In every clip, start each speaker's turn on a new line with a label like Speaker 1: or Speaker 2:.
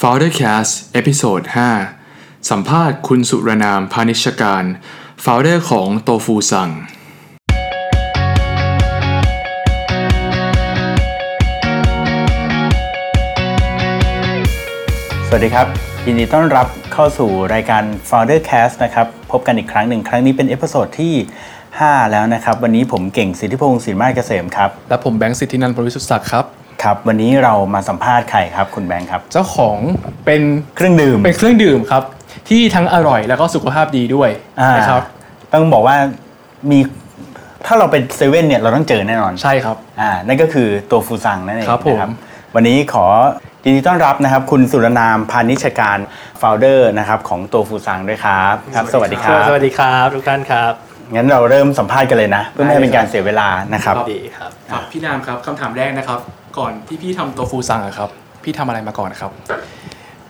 Speaker 1: f o u n d e r c a s t เอพิโซด5สัมภาษณ์คุณสุรนามพานิชการ f o u n d e r ของโตฟูสั่ง
Speaker 2: สวัสดีครับ ยินดีต้อนรับเข้าสู่รายการ Founder Cast นะครับ พบกันอีกครั้งหนึ่งครั้งนี้เป็นเอพิโซดที่ 5 แล้วนะครับ วันนี้ผมเก่งสิทธิพงศ์สินมาศเกษมครับ
Speaker 3: และผมแบงค์สิทธินันท์บริสุทธิ์ศักดิ์ครับ
Speaker 2: ครับ วันนี้เรามาสัมภาษณ์ใครครับ คุณแบงค์ครับ
Speaker 3: เจ้าของเป็น
Speaker 2: เครื่องดื่ม
Speaker 3: เป็นเครื่องดื่มครับ ที่ทั้งอร่อยแล้วก็สุขภาพดีด้วย
Speaker 2: อ่า
Speaker 3: นะครับ
Speaker 2: ต้องบอกว่ามีถ้าเราเป็นเซเว่นเนี่ยเราต้องเจอแน่นอน
Speaker 3: ใช่ครับ
Speaker 2: อ่า นั่นก็คือตัวฟูซังนั่นเอง
Speaker 3: ครับผม
Speaker 2: นะวันนี้ขอยินดีต้อนรับนะครับ คุณสุรนามพานิชการ founder นะครับของตัวฟูซังด้วยครับครับ สวัสดีครับ
Speaker 4: สวัสดีครับ ทุกท่านครับ
Speaker 2: งั้นเราเริ่มสัมภาษณ์กันเลยนะ เพื่อไม่ให้เป็นการเสียเวลานะครับ
Speaker 4: ดีครับ
Speaker 3: ครับพี่นามครับคำถามแรกนะครับ ก่อนที่พี่ทำโตฟูสั่งอะครับ พี่ทำอะไรมาก่อนครับ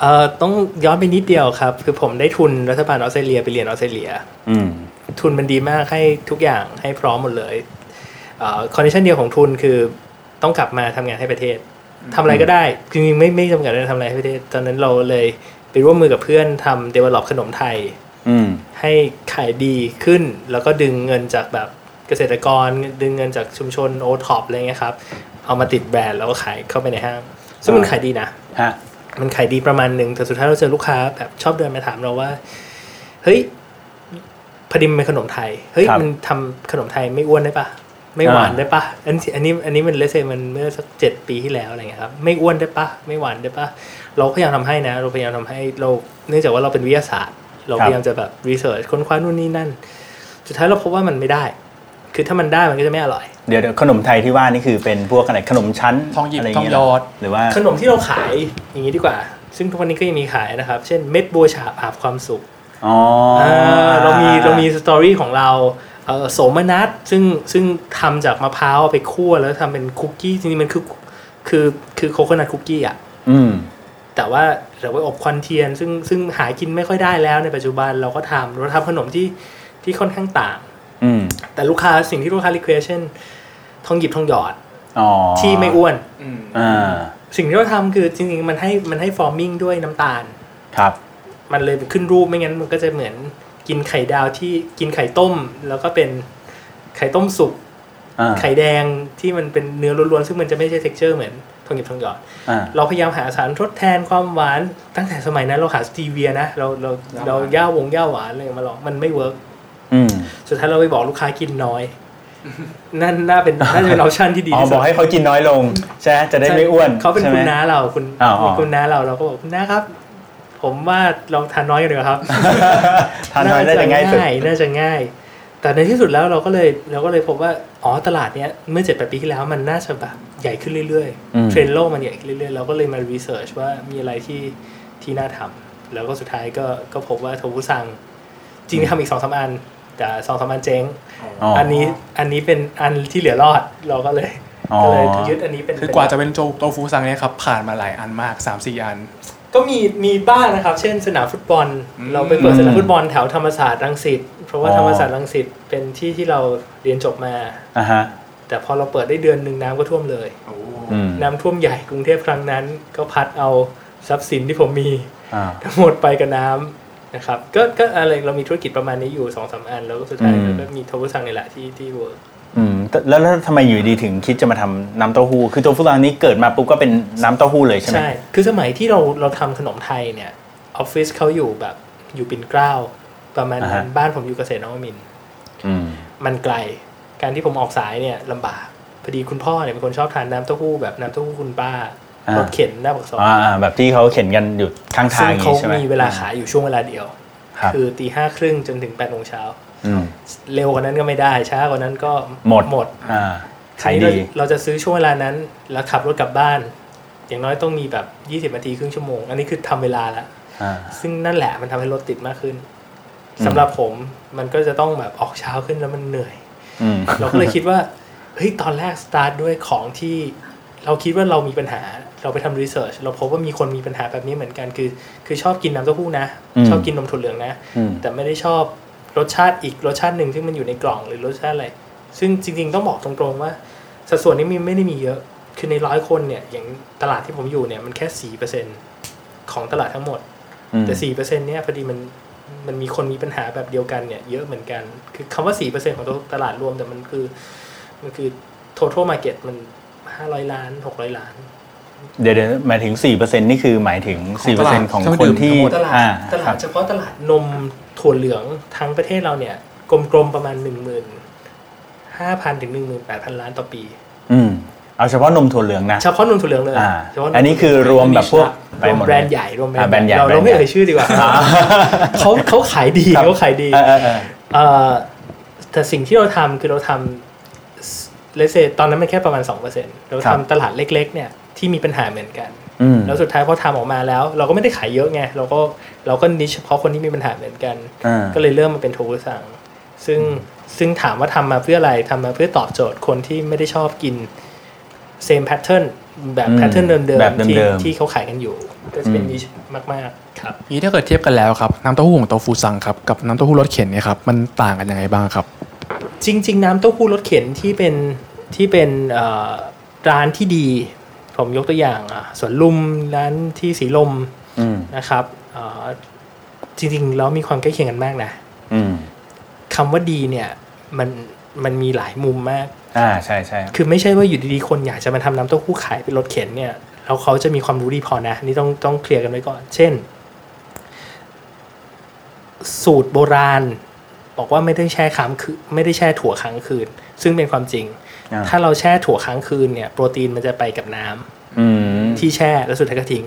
Speaker 4: เอ่อต้องย้อนไปนิดเดียวครับ คือผมได้ทุนรัฐบาลออสเตรเลียไปเรียนออสเตรเลีย
Speaker 2: อืม
Speaker 4: ทุนมันดีมากให้ทุกอย่างให้พร้อมหมดเลยคอนดิชันเดียวของทุนคือต้องกลับมาทำงานให้ประเทศทำอะไรก็ได้จริงๆไม่ไม่จำกัดเลยทำอะไรให้ประเทศ ตอนนั้นเราเลยไปร่วมมือกับเพื่อนทำเดเวลลอปขนมไทย
Speaker 2: อืม
Speaker 4: ให้ขายดีขึ้น แล้วก็ดึงเงินจากแบบเกษตรกร ดึงเงินจากชุมชนโอท็อปอะไรเงี้ยครับ เอามาติดแบรนด์แล้วก็ขายเข้าไปในห้าง ซึ่งมัน
Speaker 2: อ่า
Speaker 4: ขายดีนะ
Speaker 2: ฮะ
Speaker 4: มันขายดีประมาณหนึ่งแต่สุดท้ายเราเจอลูกค้าแบบชอบเดินมาถามเราว่า เฮ้ยพอดีมันเป็นขนมไทย เฮ้ย
Speaker 2: ครับ
Speaker 4: มันทำขนมไทยไม่อ้วนได้ปะไม่หวาน
Speaker 2: อ่า
Speaker 4: ได้ปะอันนี้อันนี้อันนี้มันเลเซมันเมื่อสักเจ็ดปีที่แล้วอะไรเงี้ยครับไม่อ้วนได้ปะไม่หวานได้ปะเราพยายามทำให้นะ เราพยายามทำให้เราเนื่องจากว่าเราเป็นวิทยาศาสตร์ เราพยายามจะแบบรีเสิร์ชค้นคว้านู่นนี่นั่น สุดท้ายเราพบว่ามันไม่ได้ คือถ้ามันได้มันก็จะไม่อร่อย
Speaker 2: เดี๋ยวเดี๋ยวขนมไทยที่ว่านี่คือเป็นพวกอะไรขนมชั้น
Speaker 3: ทองหยิบ
Speaker 2: ะไรเ
Speaker 3: ทองหยอด
Speaker 2: หรือว่า
Speaker 4: ขนมที่เราขายอย่างนี้ดีกว่า ซึ่งทุกวันนี้ก็ยังมีขายนะครับ เช่นเม็ดบัวฉาบอาบความสุข
Speaker 2: อ๋อ
Speaker 4: เออเรามีเรามีสตอรี่ของเราเอ่อโสมนัสซึ่งซึ่งทำจากมะพร้าวเอาไปคั่วแล้วทำเป็นคุกกี้จริงๆมันคือคือคือโคโคนัทคุกกี้อ่ะ
Speaker 2: อืม
Speaker 4: แต่ว่าเราไปอบควันเทียน ซึ่งซึ่งหากินไม่ค่อยได้แล้วในปัจจุบันเราก็ทำเราทำขนมที่ที่ค่อนข้างต่าง
Speaker 2: อืม
Speaker 4: แต่ลูกค้าสิ่งที่ลูกค้ารีเควสเช่นทองหยิบทองหยอด
Speaker 2: อ๋อ
Speaker 4: ที่ไม่อ้วน
Speaker 3: อืม
Speaker 2: อ่า
Speaker 4: สิ่งที่เราทำคือจริงๆมันให้มันให้ฟอร์มิ่งด้วยน้ำตาล
Speaker 2: ครับ
Speaker 4: มันเลยขึ้นรูปไม่งั้นมันก็จะเหมือนกินไข่ดาวที่กินไข่ต้ม แล้วก็เป็นไข่ต้มสุก
Speaker 2: อ่า
Speaker 4: ไข่แดงที่มันเป็นเนื้อล้วนๆซึ่งมันจะไม่ใช่ texture เหมือนทองหยิบทองหยอด
Speaker 2: อ่า
Speaker 4: เราพยายามหาสารทดแทนความหวาน ตั้งแต่สมัยนั้นเราหาสตีเวียนะ เราเราเราย่าวงย่าหวานอะไรมาลองมันไม่เวิร์ก
Speaker 2: อืม
Speaker 4: สุดท้ายเราไปบอกลูกค้ากินน้อย นั่นน่าเป็นน่าจะเป็น o p ปชั่นที่ดี
Speaker 2: อ๋อ
Speaker 4: ที่
Speaker 2: บ
Speaker 4: สุ
Speaker 2: อ
Speaker 4: ด
Speaker 2: กให้เขากินน้อยลง ใช่ไหมจะได้ไม่อ้วน
Speaker 4: เขาเป็น
Speaker 2: ใช่ไห
Speaker 4: คุ
Speaker 2: ม
Speaker 4: ณน้าเราคุณ
Speaker 2: อ๋ออ๋อ
Speaker 4: คุณน้าเราเราก็บอกคุณน้าครับ ผมว่าเราทานน้อยกันเลยครับ
Speaker 2: ทานน้อยได้จะง่ายสุด
Speaker 4: น่น่าจะง่าย แต่ในที่สุดแล้วเราก็เลยเราก็เลยพบว่า อ๋อตลาดเนี้ยเมื่อเจ็ดแปดปีที่แล้วมันน่าจะแบบใหญ่ขึ้นเรื่อย
Speaker 2: อืม
Speaker 4: ๆ เทรนด์โลกมันใหญ่ขึ้นเรื่อยๆ เราก็เลยมารีเสิร์ชว่ามีอะไรที่ที่น่าทำแล้วก็สุดท้ายก็ก็พบว่าโทฟุซัง จริงๆทำอีกสองสามอัน แต่สองสามอันเจ๊ง
Speaker 2: อ๋อ
Speaker 4: อั
Speaker 2: น
Speaker 4: นนี้อันนี้เป็นอันที่เหลือรอดเราก็เลย
Speaker 2: อ๋อ
Speaker 4: ก็เลยยึดอันนี้เป็น
Speaker 3: คือกว่าจะเป็นโจโตฟูสั่งเนี่ยครับผ่านมาหลายอันมาก 3-4 อัน
Speaker 4: ก็มีมีบ้างนะครับ เช่นสนามฟุตบอล
Speaker 3: อืม
Speaker 4: เราไปเปิดสนามฟุตบอลแถวธรรมศาสตร์รังสิตเพราะว่า
Speaker 2: อ๋อ
Speaker 4: ธรรมศาสตร์รังสิตเป็นที่ที่เราเรียนจบมา
Speaker 2: อ่าฮะ
Speaker 4: แต่พอเราเปิดได้เดือนหนึ่งน้ำก็ท่วมเลย
Speaker 3: โอ้
Speaker 2: อืม
Speaker 4: น้ำท่วมใหญ่กรุงเทพครั้งนั้น ก็พัดเอาทรัพย์สินที่ผมมี
Speaker 2: อ่า
Speaker 4: ทั้งหมดไปกับน้ำนะครับก็ก็อะไรเรามีธุรกิจประมาณนี้อยู่สองสามอัน แล้วก็สุดท้าย
Speaker 2: อืม
Speaker 4: แล้วก็มีทวุสังนี่แหละที่ที่เวิร์ก
Speaker 2: อืมแต่แล้วแล้วทำไมอยู่ดีถึงคิดจะมาทำน้ำเต้าหู้ คือตัวฟุตบอลนี้เกิดมาปุ๊บก็เป็นน้ำเต้าหู้เลยใช่ไหม
Speaker 4: ใช่ คือสมัยที่เราเราทำขนมไทยเนี่ยออฟฟิศเขาอยู่แบบอยู่ปิ่นเกล้าประมาณนั้นบ้านผมอยู่เกษตรนวมินทร์
Speaker 2: อืม
Speaker 4: มันไกล การที่ผมออกสายเนี่ยลำบาก พอดีคุณพ่อเนี่ยเป็นคนชอบทานน้ำเต้าหู้แบบน้ำเต้าหู้คุณป้า
Speaker 2: อ่าร
Speaker 4: รถเข็นหน้าปากซอย
Speaker 2: อ่าแบบที่เขาเข็นกันอยู่ข้างทา
Speaker 4: ซึ่
Speaker 2: งอย่า
Speaker 4: ง
Speaker 2: ง
Speaker 4: เขา
Speaker 2: งี้ใช่ไหม
Speaker 4: มีเวลาขายอยู่ช่วงเวลาเดียว
Speaker 2: ครับ
Speaker 4: คือตีห้าครึ่งจนถึงแปดโมงเช้า
Speaker 2: อืม
Speaker 4: เร็วกว่านั้นก็ไม่ได้ ช้ากว่านั้นก็
Speaker 2: หมด
Speaker 4: หมด
Speaker 2: อ่า
Speaker 4: ใคร
Speaker 2: ขาย
Speaker 4: เรา
Speaker 2: ดี
Speaker 4: เราจะซื้อช่วงเวลานั้น แล้วขับรถกลับบ้าน อย่างน้อยต้องมีแบบ 20นาทีครึ่งชั่วโมง อันนี้คือทำเวลาละ
Speaker 2: อ่า
Speaker 4: ซึ่งนั่นแหละมันทำให้รถติดมากขึ้น
Speaker 2: อืม
Speaker 4: สำหรับผมมันก็จะต้องแบบออกเช้าขึ้นแล้วมันเหนื่อย
Speaker 2: อืม
Speaker 4: เราก็เลยคิดว่า เฮ้ย ตอนแรกสตาร์ทด้วยของที่เราคิดว่าเรามีปัญหา เราไปทำรีเสิร์ชเราพบว่ามีคนมีปัญหาแบบนี้เหมือนกัน คือ คือชอบกินน้ำเต้าหู้นะ
Speaker 2: อืม
Speaker 4: ชอบกินนมถั่วเหลืองนะ
Speaker 2: อืม
Speaker 4: แต่ไม่ได้ชอบรสชาติอีกรสชาติหนึ่งซึ่งมันอยู่ในกล่องหรือรสชาติอะไร ซึ่งจริงๆต้องบอกตรงๆว่า สัดส่วนนี้มีไม่ได้มีเยอะ คือในร้อยคนเนี่ย อย่างตลาดที่ผมอยู่เนี่ยมันแค่สี่เปอร์เซ็น ของตลาดทั้งหมด
Speaker 2: อืม
Speaker 4: แต่สี่เปอร์เซ็นต์เนี่ยพอดีมันมันมีคนมีปัญหาแบบเดียวกันเนี่ยเยอะเหมือนกัน คือคำว่าสี่เปอร์เซ็นต์ของตลาดรวมแต่มันคือ มันคือ total market มันห้าร้อยล้านหกร้อยล้าน
Speaker 2: เดี๋ยวเดี๋ยวหมายถึงสี่เปอร์เซ็นนี่คือหมายถึงสี่เปอร์เซ็นของ
Speaker 1: เครื่อง
Speaker 2: ค
Speaker 1: ดื่
Speaker 2: น
Speaker 1: ม
Speaker 2: ที่
Speaker 4: ตลาด
Speaker 2: อ่า
Speaker 4: ตลา
Speaker 2: ครั
Speaker 4: ด
Speaker 2: บ
Speaker 4: เฉพาะตลาดนมถั่วเหลืองทั้งประเทศเราเนี่ย กลมๆประมาณหนึ่งหมื่นห้าพันถึงหนึ่งหมื่นแปดพันล้านต่อปี
Speaker 2: อืมเอาเฉพาะนมถั่วเหลืองนะ
Speaker 4: เฉพาะนมถั่วเหลืองเลย
Speaker 2: อ่า
Speaker 4: เฉพาะม
Speaker 2: อันนี้คือรวมแบบพวก
Speaker 4: รวมแบรนด์ใหญ่รวม
Speaker 2: อ่าแบรนด์ใหญ่
Speaker 4: เราเราไม่
Speaker 2: แบรนด์ใหญ่
Speaker 4: เอ่ยชื่อดีกว่าเขาเขาขายดี
Speaker 2: ครับ
Speaker 4: เขาขายดี
Speaker 2: เออเออเออ
Speaker 4: เอ่อแต่สิ่งที่เราทำคือเราทำเลเซตอนนั้นมันแค่ประมาณสองเปอร์เซ็นต์เรา
Speaker 2: ครั
Speaker 4: ทำ
Speaker 2: บ
Speaker 4: ตลาดเล็ก ๆ เนี่ยที่มีปัญหาเหมือนกัน
Speaker 2: อืม
Speaker 4: แล้วสุดท้ายพอทำออกมาแล้ว เราก็ไม่ได้ขายเยอะไงเราก็เราก็นิชเฉพาะคนที่มีปัญหาเหมือนกัน
Speaker 2: อ่า
Speaker 4: ก็เลยเริ่มมาเป็นโทกุสัง ซึ่งซึ่งถามว่าทำมาเพื่ออะไรทำมาเพื่อตอบโจทย์คนที่ไม่ได้ชอบกิน same pattern แบบ
Speaker 2: อืม
Speaker 4: pattern เดิม
Speaker 2: แบบ
Speaker 4: ๆที่
Speaker 2: เดิมๆ
Speaker 4: ที่เขาขายกันอยู่ ก็จะเป็นดีมากๆครับ
Speaker 3: นี้ถ้าเกิดเทียบกันแล้วครับน้ำเต้าหู้ของโตฟูซังครับกับน้ำเต้าหู้รสเข็นเนี่ยครับมันต่างกันยังไงบ้างครับ
Speaker 4: จริง ๆ น้ำเต้าหู้รสเข็นที่เป็นที่เป็นเอ่อร้านที่ดี ผมยกตัวอย่างอ่ะสวนลุมร้านที่สีลม
Speaker 2: อืม
Speaker 4: นะครับเอ่อจริงๆ แล้วมีความใกล้เคียงกันมากนะ
Speaker 2: อืม
Speaker 4: คำว่าดีเนี่ยมันมันมีหลายมุมมาก
Speaker 2: อ่าใช่ใช่
Speaker 4: คือไม่ใช่ว่าอยู่ดีๆ คนอยากจะมาทำน้ำเต้าหู้ขายเป็นรถเข็นเนี่ยแล้วเขาจะมีความรู้ดีพอนะนี่ต้องต้องเคลียร์กันไว้ก่อน เช่น สูตรโบราณ บอกว่าไม่ได้แช่ค้างคืนไม่ได้แช่ถั่วค้างคืน ซึ่งเป็นความจริง
Speaker 2: อ่า
Speaker 4: ถ้าเราแช่ถั่วค้างคืนเนี่ยโปรตีนมันจะไปกับน้ำ
Speaker 2: อืม
Speaker 4: ที่แช่แล้วสุดท้ายก็ทิ้ง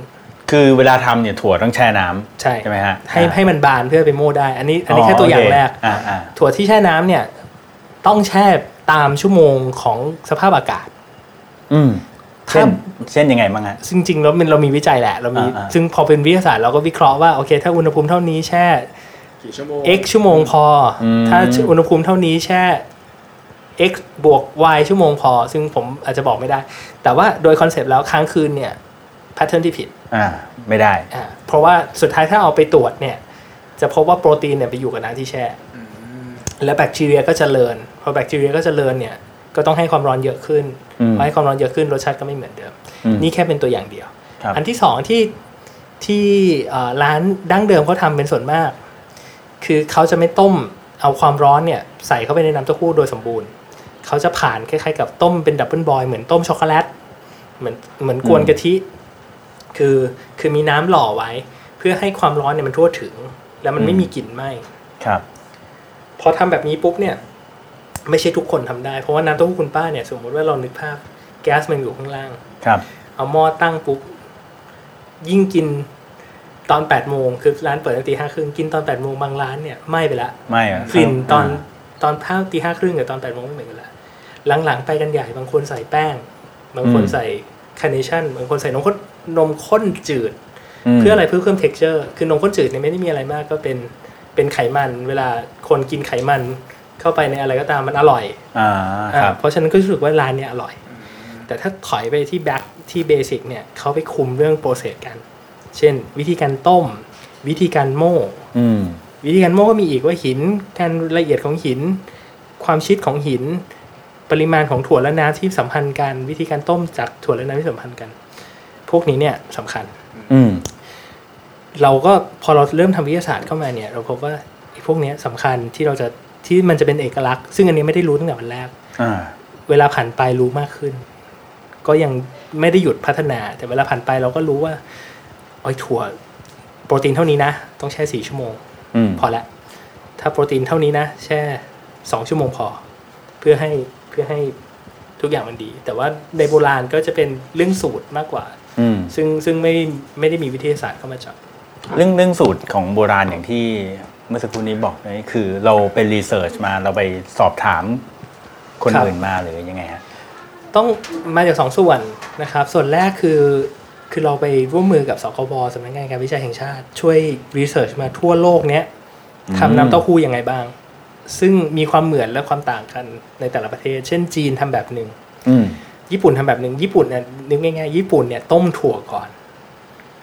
Speaker 2: คือเวลาทำเนี่ยถั่วต้องแช่น้ำ
Speaker 4: ใช่
Speaker 2: ใช่ไหมฮะ
Speaker 4: ให้
Speaker 2: อ่า
Speaker 4: ให้มันบานเพื่อไปโม่ได้ อันนี้อันนี้แค่ตัวอย่าง
Speaker 2: โเค
Speaker 4: แรก
Speaker 2: อ่าอ่า
Speaker 4: ถั่วที่แช่น้ำเนี่ยต้องแช่ตามชั่วโมงของสภาพอากาศ
Speaker 2: อืม
Speaker 4: ถ้า
Speaker 2: เช่นเช่นยังไงบ้างฮะ
Speaker 4: ซึ่งจริงๆแล้วมันเรามีวิจัยแหละเรามี
Speaker 2: อ่าๆ
Speaker 4: ซึ่งพอเป็นวิทยาศาสตร์เราก็วิเคราะห์ว่าโอเค ถ้าอุณหภูมิเท่านี้แช่
Speaker 3: กี่ชั่วโมง
Speaker 4: x ชั่วโมงพออ
Speaker 2: ม
Speaker 4: ถ้าอุณหภูมิเท่านี้แช่ x บวก y ชั่วโมงพอ ซึ่งผมอาจจะบอกไม่ได้ แต่ว่าโดยคอนเซปต์แล้วค้างคืนเนี่ยแพทเทิร์นที่ผิด
Speaker 2: อ่า ไม่ได้
Speaker 4: อ่าเพราะว่าสุดท้ายถ้าเอาไปตรวจเนี่ยจะพบว่าโปรตีนเนี่ยไปอยู่กับน้ำที่แช่ และแบคทีเรียก็จเจริญพอแบคทีเรียก็จเจริญเนี่ยก็ต้องให้ความร้อนเยอะขึ้น
Speaker 2: อืม
Speaker 4: พอให้ความร้อนเยอะขึ้นรสชาติก็ไม่เหมือนเดิม
Speaker 2: อืม
Speaker 4: นี่แค่เป็นตัวอย่างเดียว
Speaker 2: ครับ
Speaker 4: อันที่สองที่ที่เอ่อร้านดั้งเดิมเขาทำเป็นส่วนมาก คือเขาจะไม่ต้มเอาความร้อนเนี่ยใส่เข้าไปในน้ำเต้าหู้โดยสมบูรณ์ เขาจะผ่านคล้ายๆกับต้มเป็นดับเบิลบอยเหมือนต้มช็อกโกแลตเหมือนเหมือนกวนกะทิ คือคือมีน้ำหล่อไว้ เพื่อให้ความร้อนเนี่ยมันทั่วถึง แล้วมันไม่มีกลิ่นไหม
Speaker 2: ครับ
Speaker 4: พอทำแบบนี้ปุ๊บเนี่ยไม่ใช่ทุกคนทำได้ เพราะว่าน้ำเต้าหู้คุณป้าเนี่ยสมมติว่าเรานึกภาพแก๊สมันอยู่ข้างล่าง
Speaker 2: ครับ
Speaker 4: เอาหม้อตั้งปุ๊บ ยิ่งกินตอน8ปดโมงคือร้านเปิดตั้งตีห้าครึ่งกินตอน8ปดโมงบางร้านเนี่ยไหม้ไปละ
Speaker 2: ไม่เหรอก
Speaker 4: ลิ่นตอน
Speaker 2: อ่า
Speaker 4: ตอนเท่าตีห้าครึ่งกับตอน8ปดโมงไม่เหมือนกันละหลังๆไปกันใหญ่บางคนใส่แป้ง บางคนใส่คาร์เนชั่นบางคนใส่นมข้นนมข้นจืด
Speaker 2: ม
Speaker 4: เพื่ออะไรเพื่อเพิ่ม texture คือนมข้นจืดเนี่ยไม่ได้มีอะไรมากก็เป็นเป็นไขมัน เวลาคนกินไขมันเข้าไปในอะไรก็ตามมันอร่อย
Speaker 2: อ่าครับ
Speaker 4: อ่าเพราะฉะนั้นก็รู้สึกว่าร้านเนี่ยอร่อย แต่ถ้าถอยไปที่แบ็คที่เบสิกเนี่ยเขาไปคุมเรื่องโปรเซสกัน เช่น วิธีการต้ม วิธีการโม่
Speaker 2: อืม
Speaker 4: วิธีการโม่ก็มีอีกว่าหินการละเอียดของหิน ความชิดของหิน ปริมาณของถั่วและน้ำที่สัมพันธ์กัน วิธีการต้มจากถั่วและน้ำที่สัมพันธ์กัน พวกนี้เนี่ยสำคัญ
Speaker 2: อืม
Speaker 4: เราก็พอเราเริ่มทำวิทยาศาสตร์เข้ามาเนี่ย เราพบว่าไอ้พวกเนี้ยสำคัญที่เราจะที่มันจะเป็นเอกลักษณ์ ซึ่งอันนี้ไม่ได้รู้ตั้งแต่วันแรก
Speaker 2: อ่า
Speaker 4: เวลาผ่านไปรู้มากขึ้น ก็ยังไม่ได้หยุดพัฒนา แต่เวลาผ่านไปเราก็รู้ว่าไอ้ยถั่วโปรตีนเท่านี้นะ ต้องแช่สี่ชั่วโมง
Speaker 2: อืม
Speaker 4: พอละถ้าโปรตีนเท่านี้นะ แช่สองชั่วโมงพอ เพื่อให้เพื่อให้ทุกอย่างมันดี แต่ว่าในโบราณก็จะเป็นเรื่องสูตรมากกว่า
Speaker 2: อืม
Speaker 4: ซึ่งซึ่งไม่ไม่ได้มีวิทยาศาสตร์เข้ามาเจับ
Speaker 2: เรื่องเรื่องสูตรของโบราณอย่างที่เมื่อสักครู่นี้บอกนี่คือเราไปรีเสิร์ชมาเราไปสอบถามคน
Speaker 4: ครับ
Speaker 2: อื่นมาหรือยังไงฮะ
Speaker 4: ต้องมาจากสองส่วนนะครับ ส่วนแรกคือคือเราไปร่วมมือกับสคบสำนักงานการวิจัยแห่งชาติ ช่วยรีเสิร์ชมาทั่วโลกเนี้ยทำน้ำเต้าหู้ยังไงบ้าง ซึ่งมีความเหมือนและความต่างกันในแต่ละประเทศ เช่นจีนทำแบบหนึ่ง
Speaker 2: อืม
Speaker 4: ญี่ปุ่นทำแบบหนึ่งญี่ปุ่นเนี่ยนึกง่ายๆญี่ปุ่นเนี่ยต้มถั่วก่อน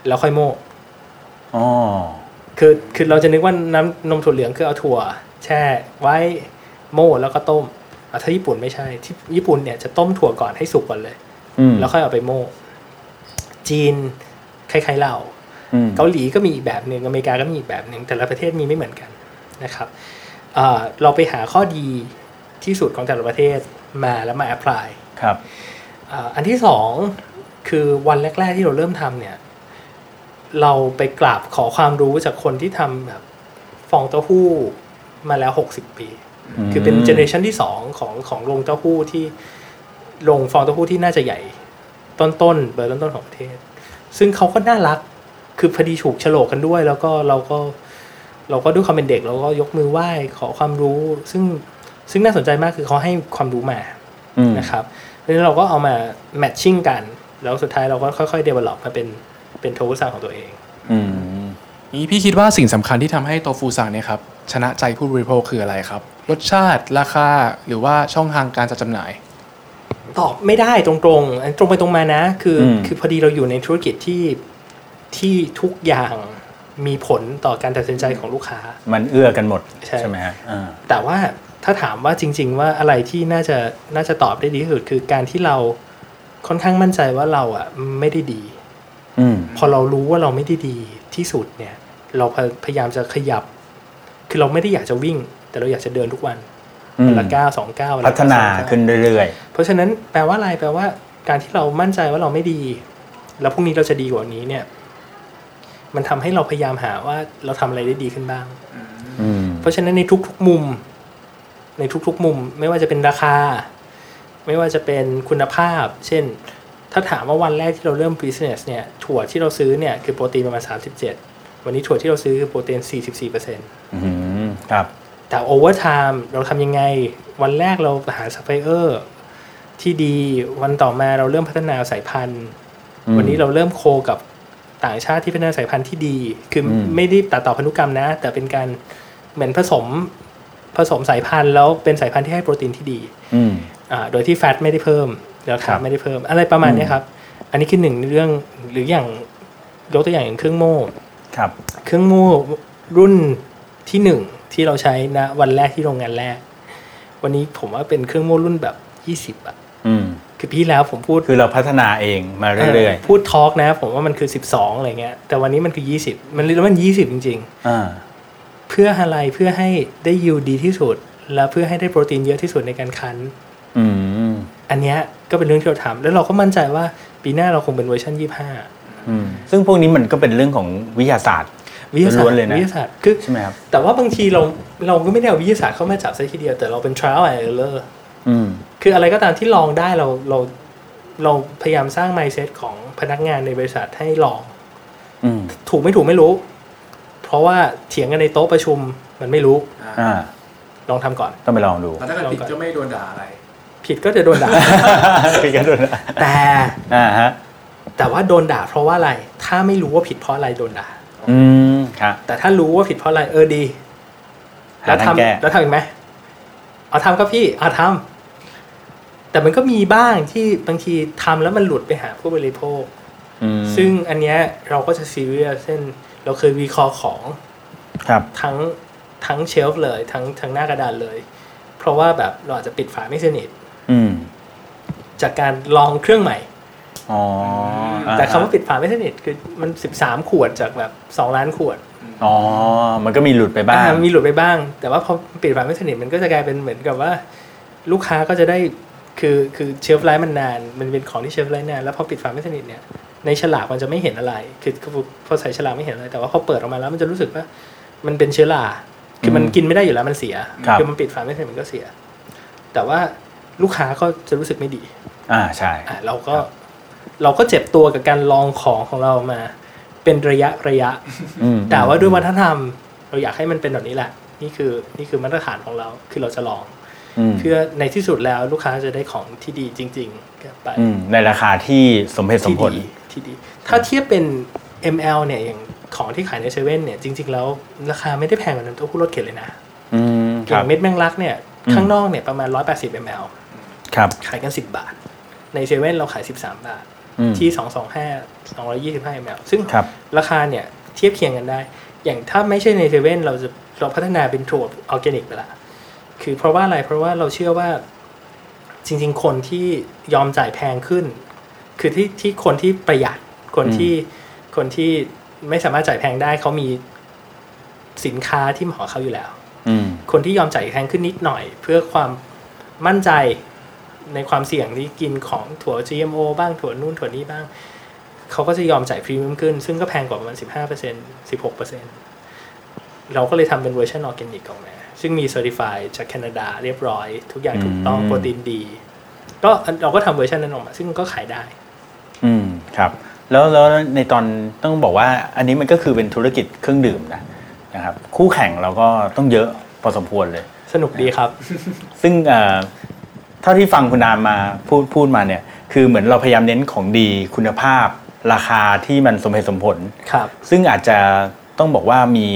Speaker 4: แล้วค่อยโม่
Speaker 2: อ๋อ
Speaker 4: คือคือเราจะนึกว่าน้ำนมถั่วเหลืองคือเอาถั่ว แช่ไว้โม่แล้วก็ต้มอ่ะถ้าญี่ปุ่นไม่ใช่ที่ญี่ปุ่นเนี่ยจะต้มถั่วก่อนให้สุกก่อนเลย
Speaker 2: อืม
Speaker 4: แล้วค่อยเอาไปโม่จีนคล้ายๆเรา
Speaker 2: อืม
Speaker 4: เกาหลีก็มีอีกแบบหนึ่งอเมริกาก็มีอีกแบบหนึ่งแต่ละประเทศมีไม่เหมือนกันนะครับเอ่อเราไปหาข้อดีที่สุดของแต่ละประเทศมาแล้วมา apply
Speaker 2: ครับ
Speaker 4: อ่าอันที่สองคือวันแรก ๆ ที่เราเริ่มทำเนี่ย เราไปกราบขอความรู้จากคนที่ทำแบบฟองเต้าหู้มาแล้ว 60 ปี คือเป็นเจเนอเรชันที่สองของของโรงเต้าหู้ที่โรงฟองเต้าหู้ที่น่าจะใหญ่ ต้นๆเบอร์ต้นๆของประเทศ ซึ่งเขาก็น่ารักคือพอดีถูกโฉลกกันด้วย แล้วก็เราก็เราก็ด้วยความเป็นเด็กเราก็ยกมือไหว้ขอความรู้ ซึ่งซึ่งน่าสนใจมากคือเขาให้ความรู้มา
Speaker 2: อืม
Speaker 4: นะครับเพราะฉะนั้นเราก็เอามาแมทชิ่งกัน แล้วสุดท้ายเราก็ค่อยๆ develop มาเป็นเป็นโทวุซังของตัวเอง
Speaker 2: อืม
Speaker 3: นี้พี่คิดว่าสิ่งสำคัญที่ทำให้โตฟูซังเนี่ยครับชนะใจผู้บริโภคคืออะไรครับ รสชาติราคาหรือว่าช่องทางการจัดจำหน่าย
Speaker 4: ตอบไม่ได้ตรงๆอันตรงไปตรงมานะ คืออคือพอดีเราอยู่ในธุรกิจที่ที่ทุกอย่างมีผลต่อการตัดสินใจของลูกค้า
Speaker 2: มันเอื้อกันหมด
Speaker 4: ใช่
Speaker 2: ใช่ไหมฮะอ่า
Speaker 4: แต่ว่าถ้าถามว่าจริง ๆ ว่าอะไรที่น่าจะน่าจะตอบได้ดีที่สุดคือการที่เราค่อนข้างมั่นใจว่าเราอ่ะไม่ได้ดี
Speaker 2: อืม
Speaker 4: พอเรารู้ว่าเราไม่ได้ดีที่สุดเนี่ย เราพยพยายามจะขยับ คือเราไม่ได้อยากจะวิ่ง แต่เราอยากจะเดินทุกวัน
Speaker 2: อืม
Speaker 4: วันละเก้าสองเก้าวัละ
Speaker 2: พัฒนา
Speaker 4: 9-2-9
Speaker 2: ขึ้นเรื่อย
Speaker 4: เพราะฉะนั้นแปลว่าอะไรแปลว่า การที่เรามั่นใจว่าเราไม่ดี แล้วพรุ่งนี้เราจะดีกว่านี้เนี่ย มันทำให้เราพยายามหาว่าเราทำอะไรได้ดีขึ้นบ้าง
Speaker 2: ๆอืม
Speaker 4: เพราะฉะนั้นในทุกๆมุม ในทุกๆมุม ไม่ว่าจะเป็นราคา ไม่ว่าจะเป็นคุณภาพ เช่น ถ้าถามว่าวันแรกที่เราเริ่ม business เนี่ย ถั่วที่เราซื้อเนี่ยคือโปรตีนประมาณ 37 วันนี้ถั่วที่เราซื้อคือโปรตีน 44
Speaker 2: อืมครับ
Speaker 4: แต่ over time เราทำยังไง วันแรกเราหาซัพพลายเออร์ที่ดี วันต่อมาเราเริ่มพัฒนาสายพันธุ์
Speaker 2: อืม
Speaker 4: วันนี้เราเริ่มโคกับต่างชาติที่พัฒนาสายพันธุ์ที่ดี คืออ
Speaker 2: ม
Speaker 4: ไม่ได้ตัดต่อพันธุกรรมนะ แต่เป็นการเหมือนผสมผสมสายพันธุ์แล้วเป็นสายพันธุ์ที่ให้โปรตีนที่ดี
Speaker 2: อืม
Speaker 4: อ่าโดยที่แฟตไม่ได้เพิ่มแล้ว
Speaker 2: ครับ
Speaker 4: คาร์บไม่ได้เพิ่ม อะไรประมาณเนี้ยครับ อันนี้คือหนึ่งเรื่องหรืออย่างยกตัวอย่างอย่างเครื่องโม่
Speaker 2: ครับ
Speaker 4: เครื่องโม่รุ่นที่หนึ่งที่เราใช้นะวันแรกที่โรงงานแรก วันนี้ผมว่าเป็นเครื่องโม่รุ่นแบบยี่สิบอะ
Speaker 2: อืม
Speaker 4: คือพี่แล้วผมพูด
Speaker 2: คือเราพัฒนาเองมาเรื่อย
Speaker 4: พูดทอล์กนะ ผมว่ามันคือ 12อะไรเงี้ยแต่วันนี้มันคือ 20 มันแล้วมัน 20 จริง
Speaker 2: ๆอ่า
Speaker 4: ๆ เพื่ออะไรเพื่อให้ได้ยูดีที่สุด และเพื่อให้ได้โปรตีนเยอะที่สุดในการคั้น
Speaker 2: อืม
Speaker 4: อันเนี้ยก็เป็นเรื่องที่เราทำแล้วเราก็มั่นใจว่าปีหน้าเราคงเป็นเวอร์ชัน
Speaker 2: อืมซึ่งพวกนี้มันก็เป็นเรื่องของวิทยาศาสตร์
Speaker 4: 25 วิทยาศา
Speaker 2: ล้
Speaker 4: ส
Speaker 2: วน
Speaker 4: ต
Speaker 2: ๆ
Speaker 4: ร์
Speaker 2: เลยนะ
Speaker 4: วิทยาศาสตร์คือ
Speaker 2: ใช่ไหมครับ
Speaker 4: แต่ว่าบางทีเราเราก็ไม่ได้เอาวิทยาศาสตร์เข้ามาจับซะทีเดียวแต่เราเป็น trial and error
Speaker 2: อืม
Speaker 4: คืออะไรก็ตามที่ลองได้เราเราเราพยายามสร้าง mindset ของพนักงานในบริษัทให้ลอง
Speaker 2: อืม
Speaker 4: ถูกไม่ถูกไม่รู้ เพราะว่าเถียงกันในโต๊ะประชุมมันไม่รู้
Speaker 2: อ่า
Speaker 4: ลองทำก่อน
Speaker 2: ต้องไปลอง ดู
Speaker 3: แล้วถ้าเกิดผิดก็ไม่โดนด่าอะไร
Speaker 4: ผิดก็จะโดนด่า
Speaker 2: ไปกันดูนะ
Speaker 4: แต่
Speaker 2: อ่าฮะ
Speaker 4: แต่ว่าโดนด่าเพราะว่าอะไร ถ้าไม่รู้ว่าผิดเพราะอะไรโดนด่า
Speaker 2: อืมครับ
Speaker 4: แต่ถ้ารู้ว่าผิดเพราะอะไรเออดี
Speaker 2: หา
Speaker 4: แล้ว
Speaker 2: ทางแก้
Speaker 4: ทำแล้วทำอีกไหมเอาทำครับพี่เอาทำแต่มันก็มีบ้างที่บางทีทำแล้วมันหลุดไปหาผู้บริโภค
Speaker 2: อืม
Speaker 4: ซึ่งอันเนี้ยเราก็จะซีเรียสเช่นเราเคยวีคอของ
Speaker 2: ครับ
Speaker 4: ทั้งทั้งเชลฟ์เลยทั้งทั้งหน้ากระดานเลย เพราะว่าแบบเราอาจจะปิดฝาไม่สนิท
Speaker 2: อืม
Speaker 4: จากการลองเครื่องใหม่
Speaker 2: อ๋ออ่ฮะ
Speaker 4: แต่คำว่าปิดฝาไม่สนิทคือมัน 13 ขวดจากแบบ 2 ล้านขวด
Speaker 2: อ๋อ มันก็มีหลุดไปบ้าง
Speaker 4: อ่ามีหลุดไปบ้าง แต่ว่าพอปิดฝาไม่สนิทมันก็จะกลายเป็นเหมือนกับว่า ลูกค้าก็จะได้คือคือเชลฟ์ไลฟ์มันนาน มันเป็นของที่เชลฟ์ไลฟ์นานแล้วพอปิดฝาไม่สนิทเนี่ยในฉลากมันจะไม่เห็นอะไร คือคือพอใส่ฉลากไม่เห็นอะไร แต่ว่าพอเปิดออกมาแล้วมันจะรู้สึกว่ามันเป็นเชื้อราคือมันกินไม่ได้อยู่แล้วมันเสียอมันปิดฝาไม่สนิทมันก็เสีย แต่ว่าลูกค้าก็จะรู้สึกไม่ดี
Speaker 2: อ่าใช่
Speaker 4: อ่ะเราก็เราก็เจ็บตัวกับการลองของของเรามา เป็นระยะระยะ
Speaker 2: อืม
Speaker 4: แต่ว่าด้วยวัฒนธรรม เราอยากให้มันเป็นแบบนี้แหละ นี่คือนี่คือมาตรฐานของเราคือเราจะลอง
Speaker 2: อืม
Speaker 4: เพื่อในที่สุดแล้วลูกค้าจะได้ของที่ดีจริงๆกลับไป
Speaker 2: อืมในราคาที่สมเหตุสม
Speaker 4: ที่
Speaker 2: ผล
Speaker 4: ดีที่ดี ถ้าเทียบเป็น ML เนี่ยอย่างของที่ขายในเซเว่นเนี่ยจริง ๆ แล้วราคาไม่ได้แพงกว่าน้ำเต้าหู้รสเข็นเลยนะ
Speaker 2: อืม
Speaker 4: อ
Speaker 2: ครั
Speaker 4: ย่า
Speaker 2: บ
Speaker 4: งเม็ดแมงลักเนี่ย
Speaker 2: อืม
Speaker 4: ข้างนอกเนี่ยประมาณ 180 ml
Speaker 2: ครับ
Speaker 4: ขายกัน 10 บาท ในเซเว่นเราขาย 13 บาท
Speaker 2: อืม
Speaker 4: ที่ 225 225 ml ซึ่ง
Speaker 2: ครับ
Speaker 4: ราคาเนี่ยเทียบเคียงกันได้ อย่างถ้าไม่ใช่ในเซเว่นเราจะเราพัฒนาเป็นถั่วออร์แกนิกไปละ คือเพราะว่าอะไร เพราะว่าเราเชื่อว่าจริง ๆ คนที่ยอมจ่ายแพงขึ้น คือที่ที่คนที่ประหยัด คนที่คนที่ ไม่สามารถจ่ายแพงได้เขามีสินค้าที่เหมาะกับเขาอยู่แล้ว
Speaker 2: อืม
Speaker 4: คนที่ยอมจ่ายแพงขึ้นนิดหน่อย เพื่อความมั่นใจในความเสี่ยงที่กินของถั่ว GMO บ้างถั่วนู่นถั่วนี้บ้าง เขาก็จะยอมจ่ายพรีเมียมขึ้น ซึ่งก็แพงกว่าประมาณ 15% 16%เราก็เลยทำเป็นเวอร์ชันออร์แกนิกออกมาซึ่งมีเซอร์ติฟายจากแคนาดาเรียบร้อย ทุกอย่างถูกต้อง
Speaker 2: อืม
Speaker 4: โปรตีนดี ก็เราก็ทำเวอร์ชันนั้นออกมา ซึ่งก็ขายได้
Speaker 2: อืมครับแล้วแล้วในตอนต้องบอกว่าอันนี้มันก็คือเป็นธุรกิจเครื่องดื่มนะนะครับคู่แข่งเราก็ต้องเยอะพอสมควรเลย
Speaker 4: สนุกดีครับ
Speaker 2: ซึ่งเอ่อเท่าที่ฟังคุณนามมาพูดพูดมาเนี่ยคือเหมือนเราพยายามเน้นของดีคุณภาพ ราคาที่มันสมเหตุสมผล
Speaker 4: ครับ
Speaker 2: ซึ่งอาจจะต้องบอกว่ามี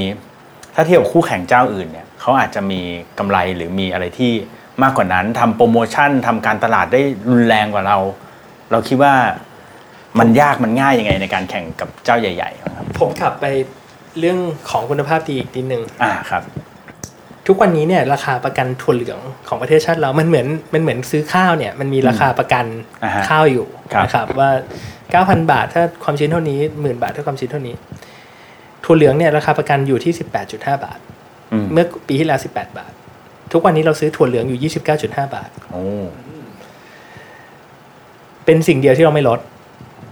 Speaker 2: ถ้าเทียบกับคู่แข่งเจ้าอื่นเนี่ยเขาอาจจะมีกำไรหรือมีอะไรที่มากกว่านั้นทำโปรโมชั่นทำการตลาดได้รุนแรงกว่าเรา เราคิดว่ามันยากมันง่ายยังไงในการแข่งกับเจ้าใหญ่ๆบ้างครับ
Speaker 4: ผมกลับไปเรื่องของคุณภาพดีอีกนิดนึง
Speaker 2: อ่าครับ
Speaker 4: ทุกวันนี้เนี่ยราคาประกันถั่วเหลืองของประเทศชาติเรา มันเหมือนมันเหมือนซื้อข้าวเนี่ยมันมีราคาประกัน
Speaker 2: อ่าฮะ
Speaker 4: ข้าวอยู่
Speaker 2: ครับ
Speaker 4: นะครับว่า 9,000 บาทถ้าความชื้นเท่านี้หมื่นบาทถ้าความชื้นเท่านี้ถั่วเหลืองเนี่ยราคาประกันอยู่ที่ 18.5 บาท
Speaker 2: อืม
Speaker 4: เมื่อปีที่แล้ว 18 บาท ทุกวันนี้เราซื้อถั่วเหลืองอยู่ 29.5 บาท
Speaker 2: โอ้
Speaker 4: เป็นสิ่งเดียวที่เราไม่ลด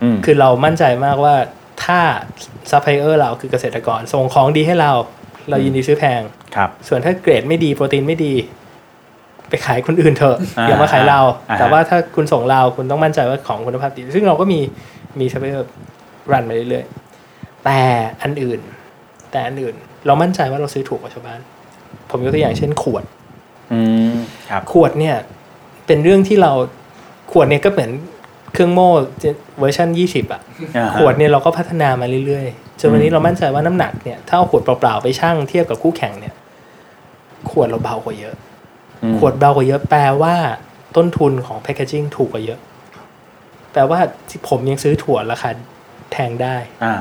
Speaker 2: อืม
Speaker 4: คือเรามั่นใจมากว่าถ้าซัพพลายเออร์เราคือเกษตรกรส่งของดีให้เรา เรายินดีซื้อแพง
Speaker 2: ครับ
Speaker 4: ส่วนถ้าเกรดไม่ดีโปรตีนไม่ดี ไปขายคนอื่นเถอะ
Speaker 2: อ่า
Speaker 4: อย่ามาขายเรา
Speaker 2: อ่าฮะ
Speaker 4: แต่ว่าถ้าคุณส่งเราคุณต้องมั่นใจว่าของคุณภาพดี ซึ่งเราก็มีมีซัพพลายเออร์รันมาเรื่อยๆแต่อันอื่น แต่อันอื่น เรามั่นใจว่าเราซื้อถูกกว่าชาวบ้าน ผมยกตัวอย่างเช่นขวด
Speaker 2: อืมครับ
Speaker 4: ขวดเนี่ยเป็นเรื่องที่เราขวดเนี่ยก็เหมือนเครื่องโม่เวอร์ชัน20อะ ขวดเนี่ยเราก็พัฒนามาเรื่อยๆ จนวันนี้เรามั่นใจว่าน้ำหนักเนี่ยถ้าเอาขวดเปล่าๆไปชั่งเทียบกับคู่แข่งเนี่ย ขวดเราเบากว่าเยอะ
Speaker 2: อืม
Speaker 4: ขวดเบากว่าเยอะแปลว่าต้นทุนของแพคเกจิ้งถูกกว่าเยอะ แปลว่าที่ผมยังซื้อถั่วราคาแพงได้
Speaker 2: อ่า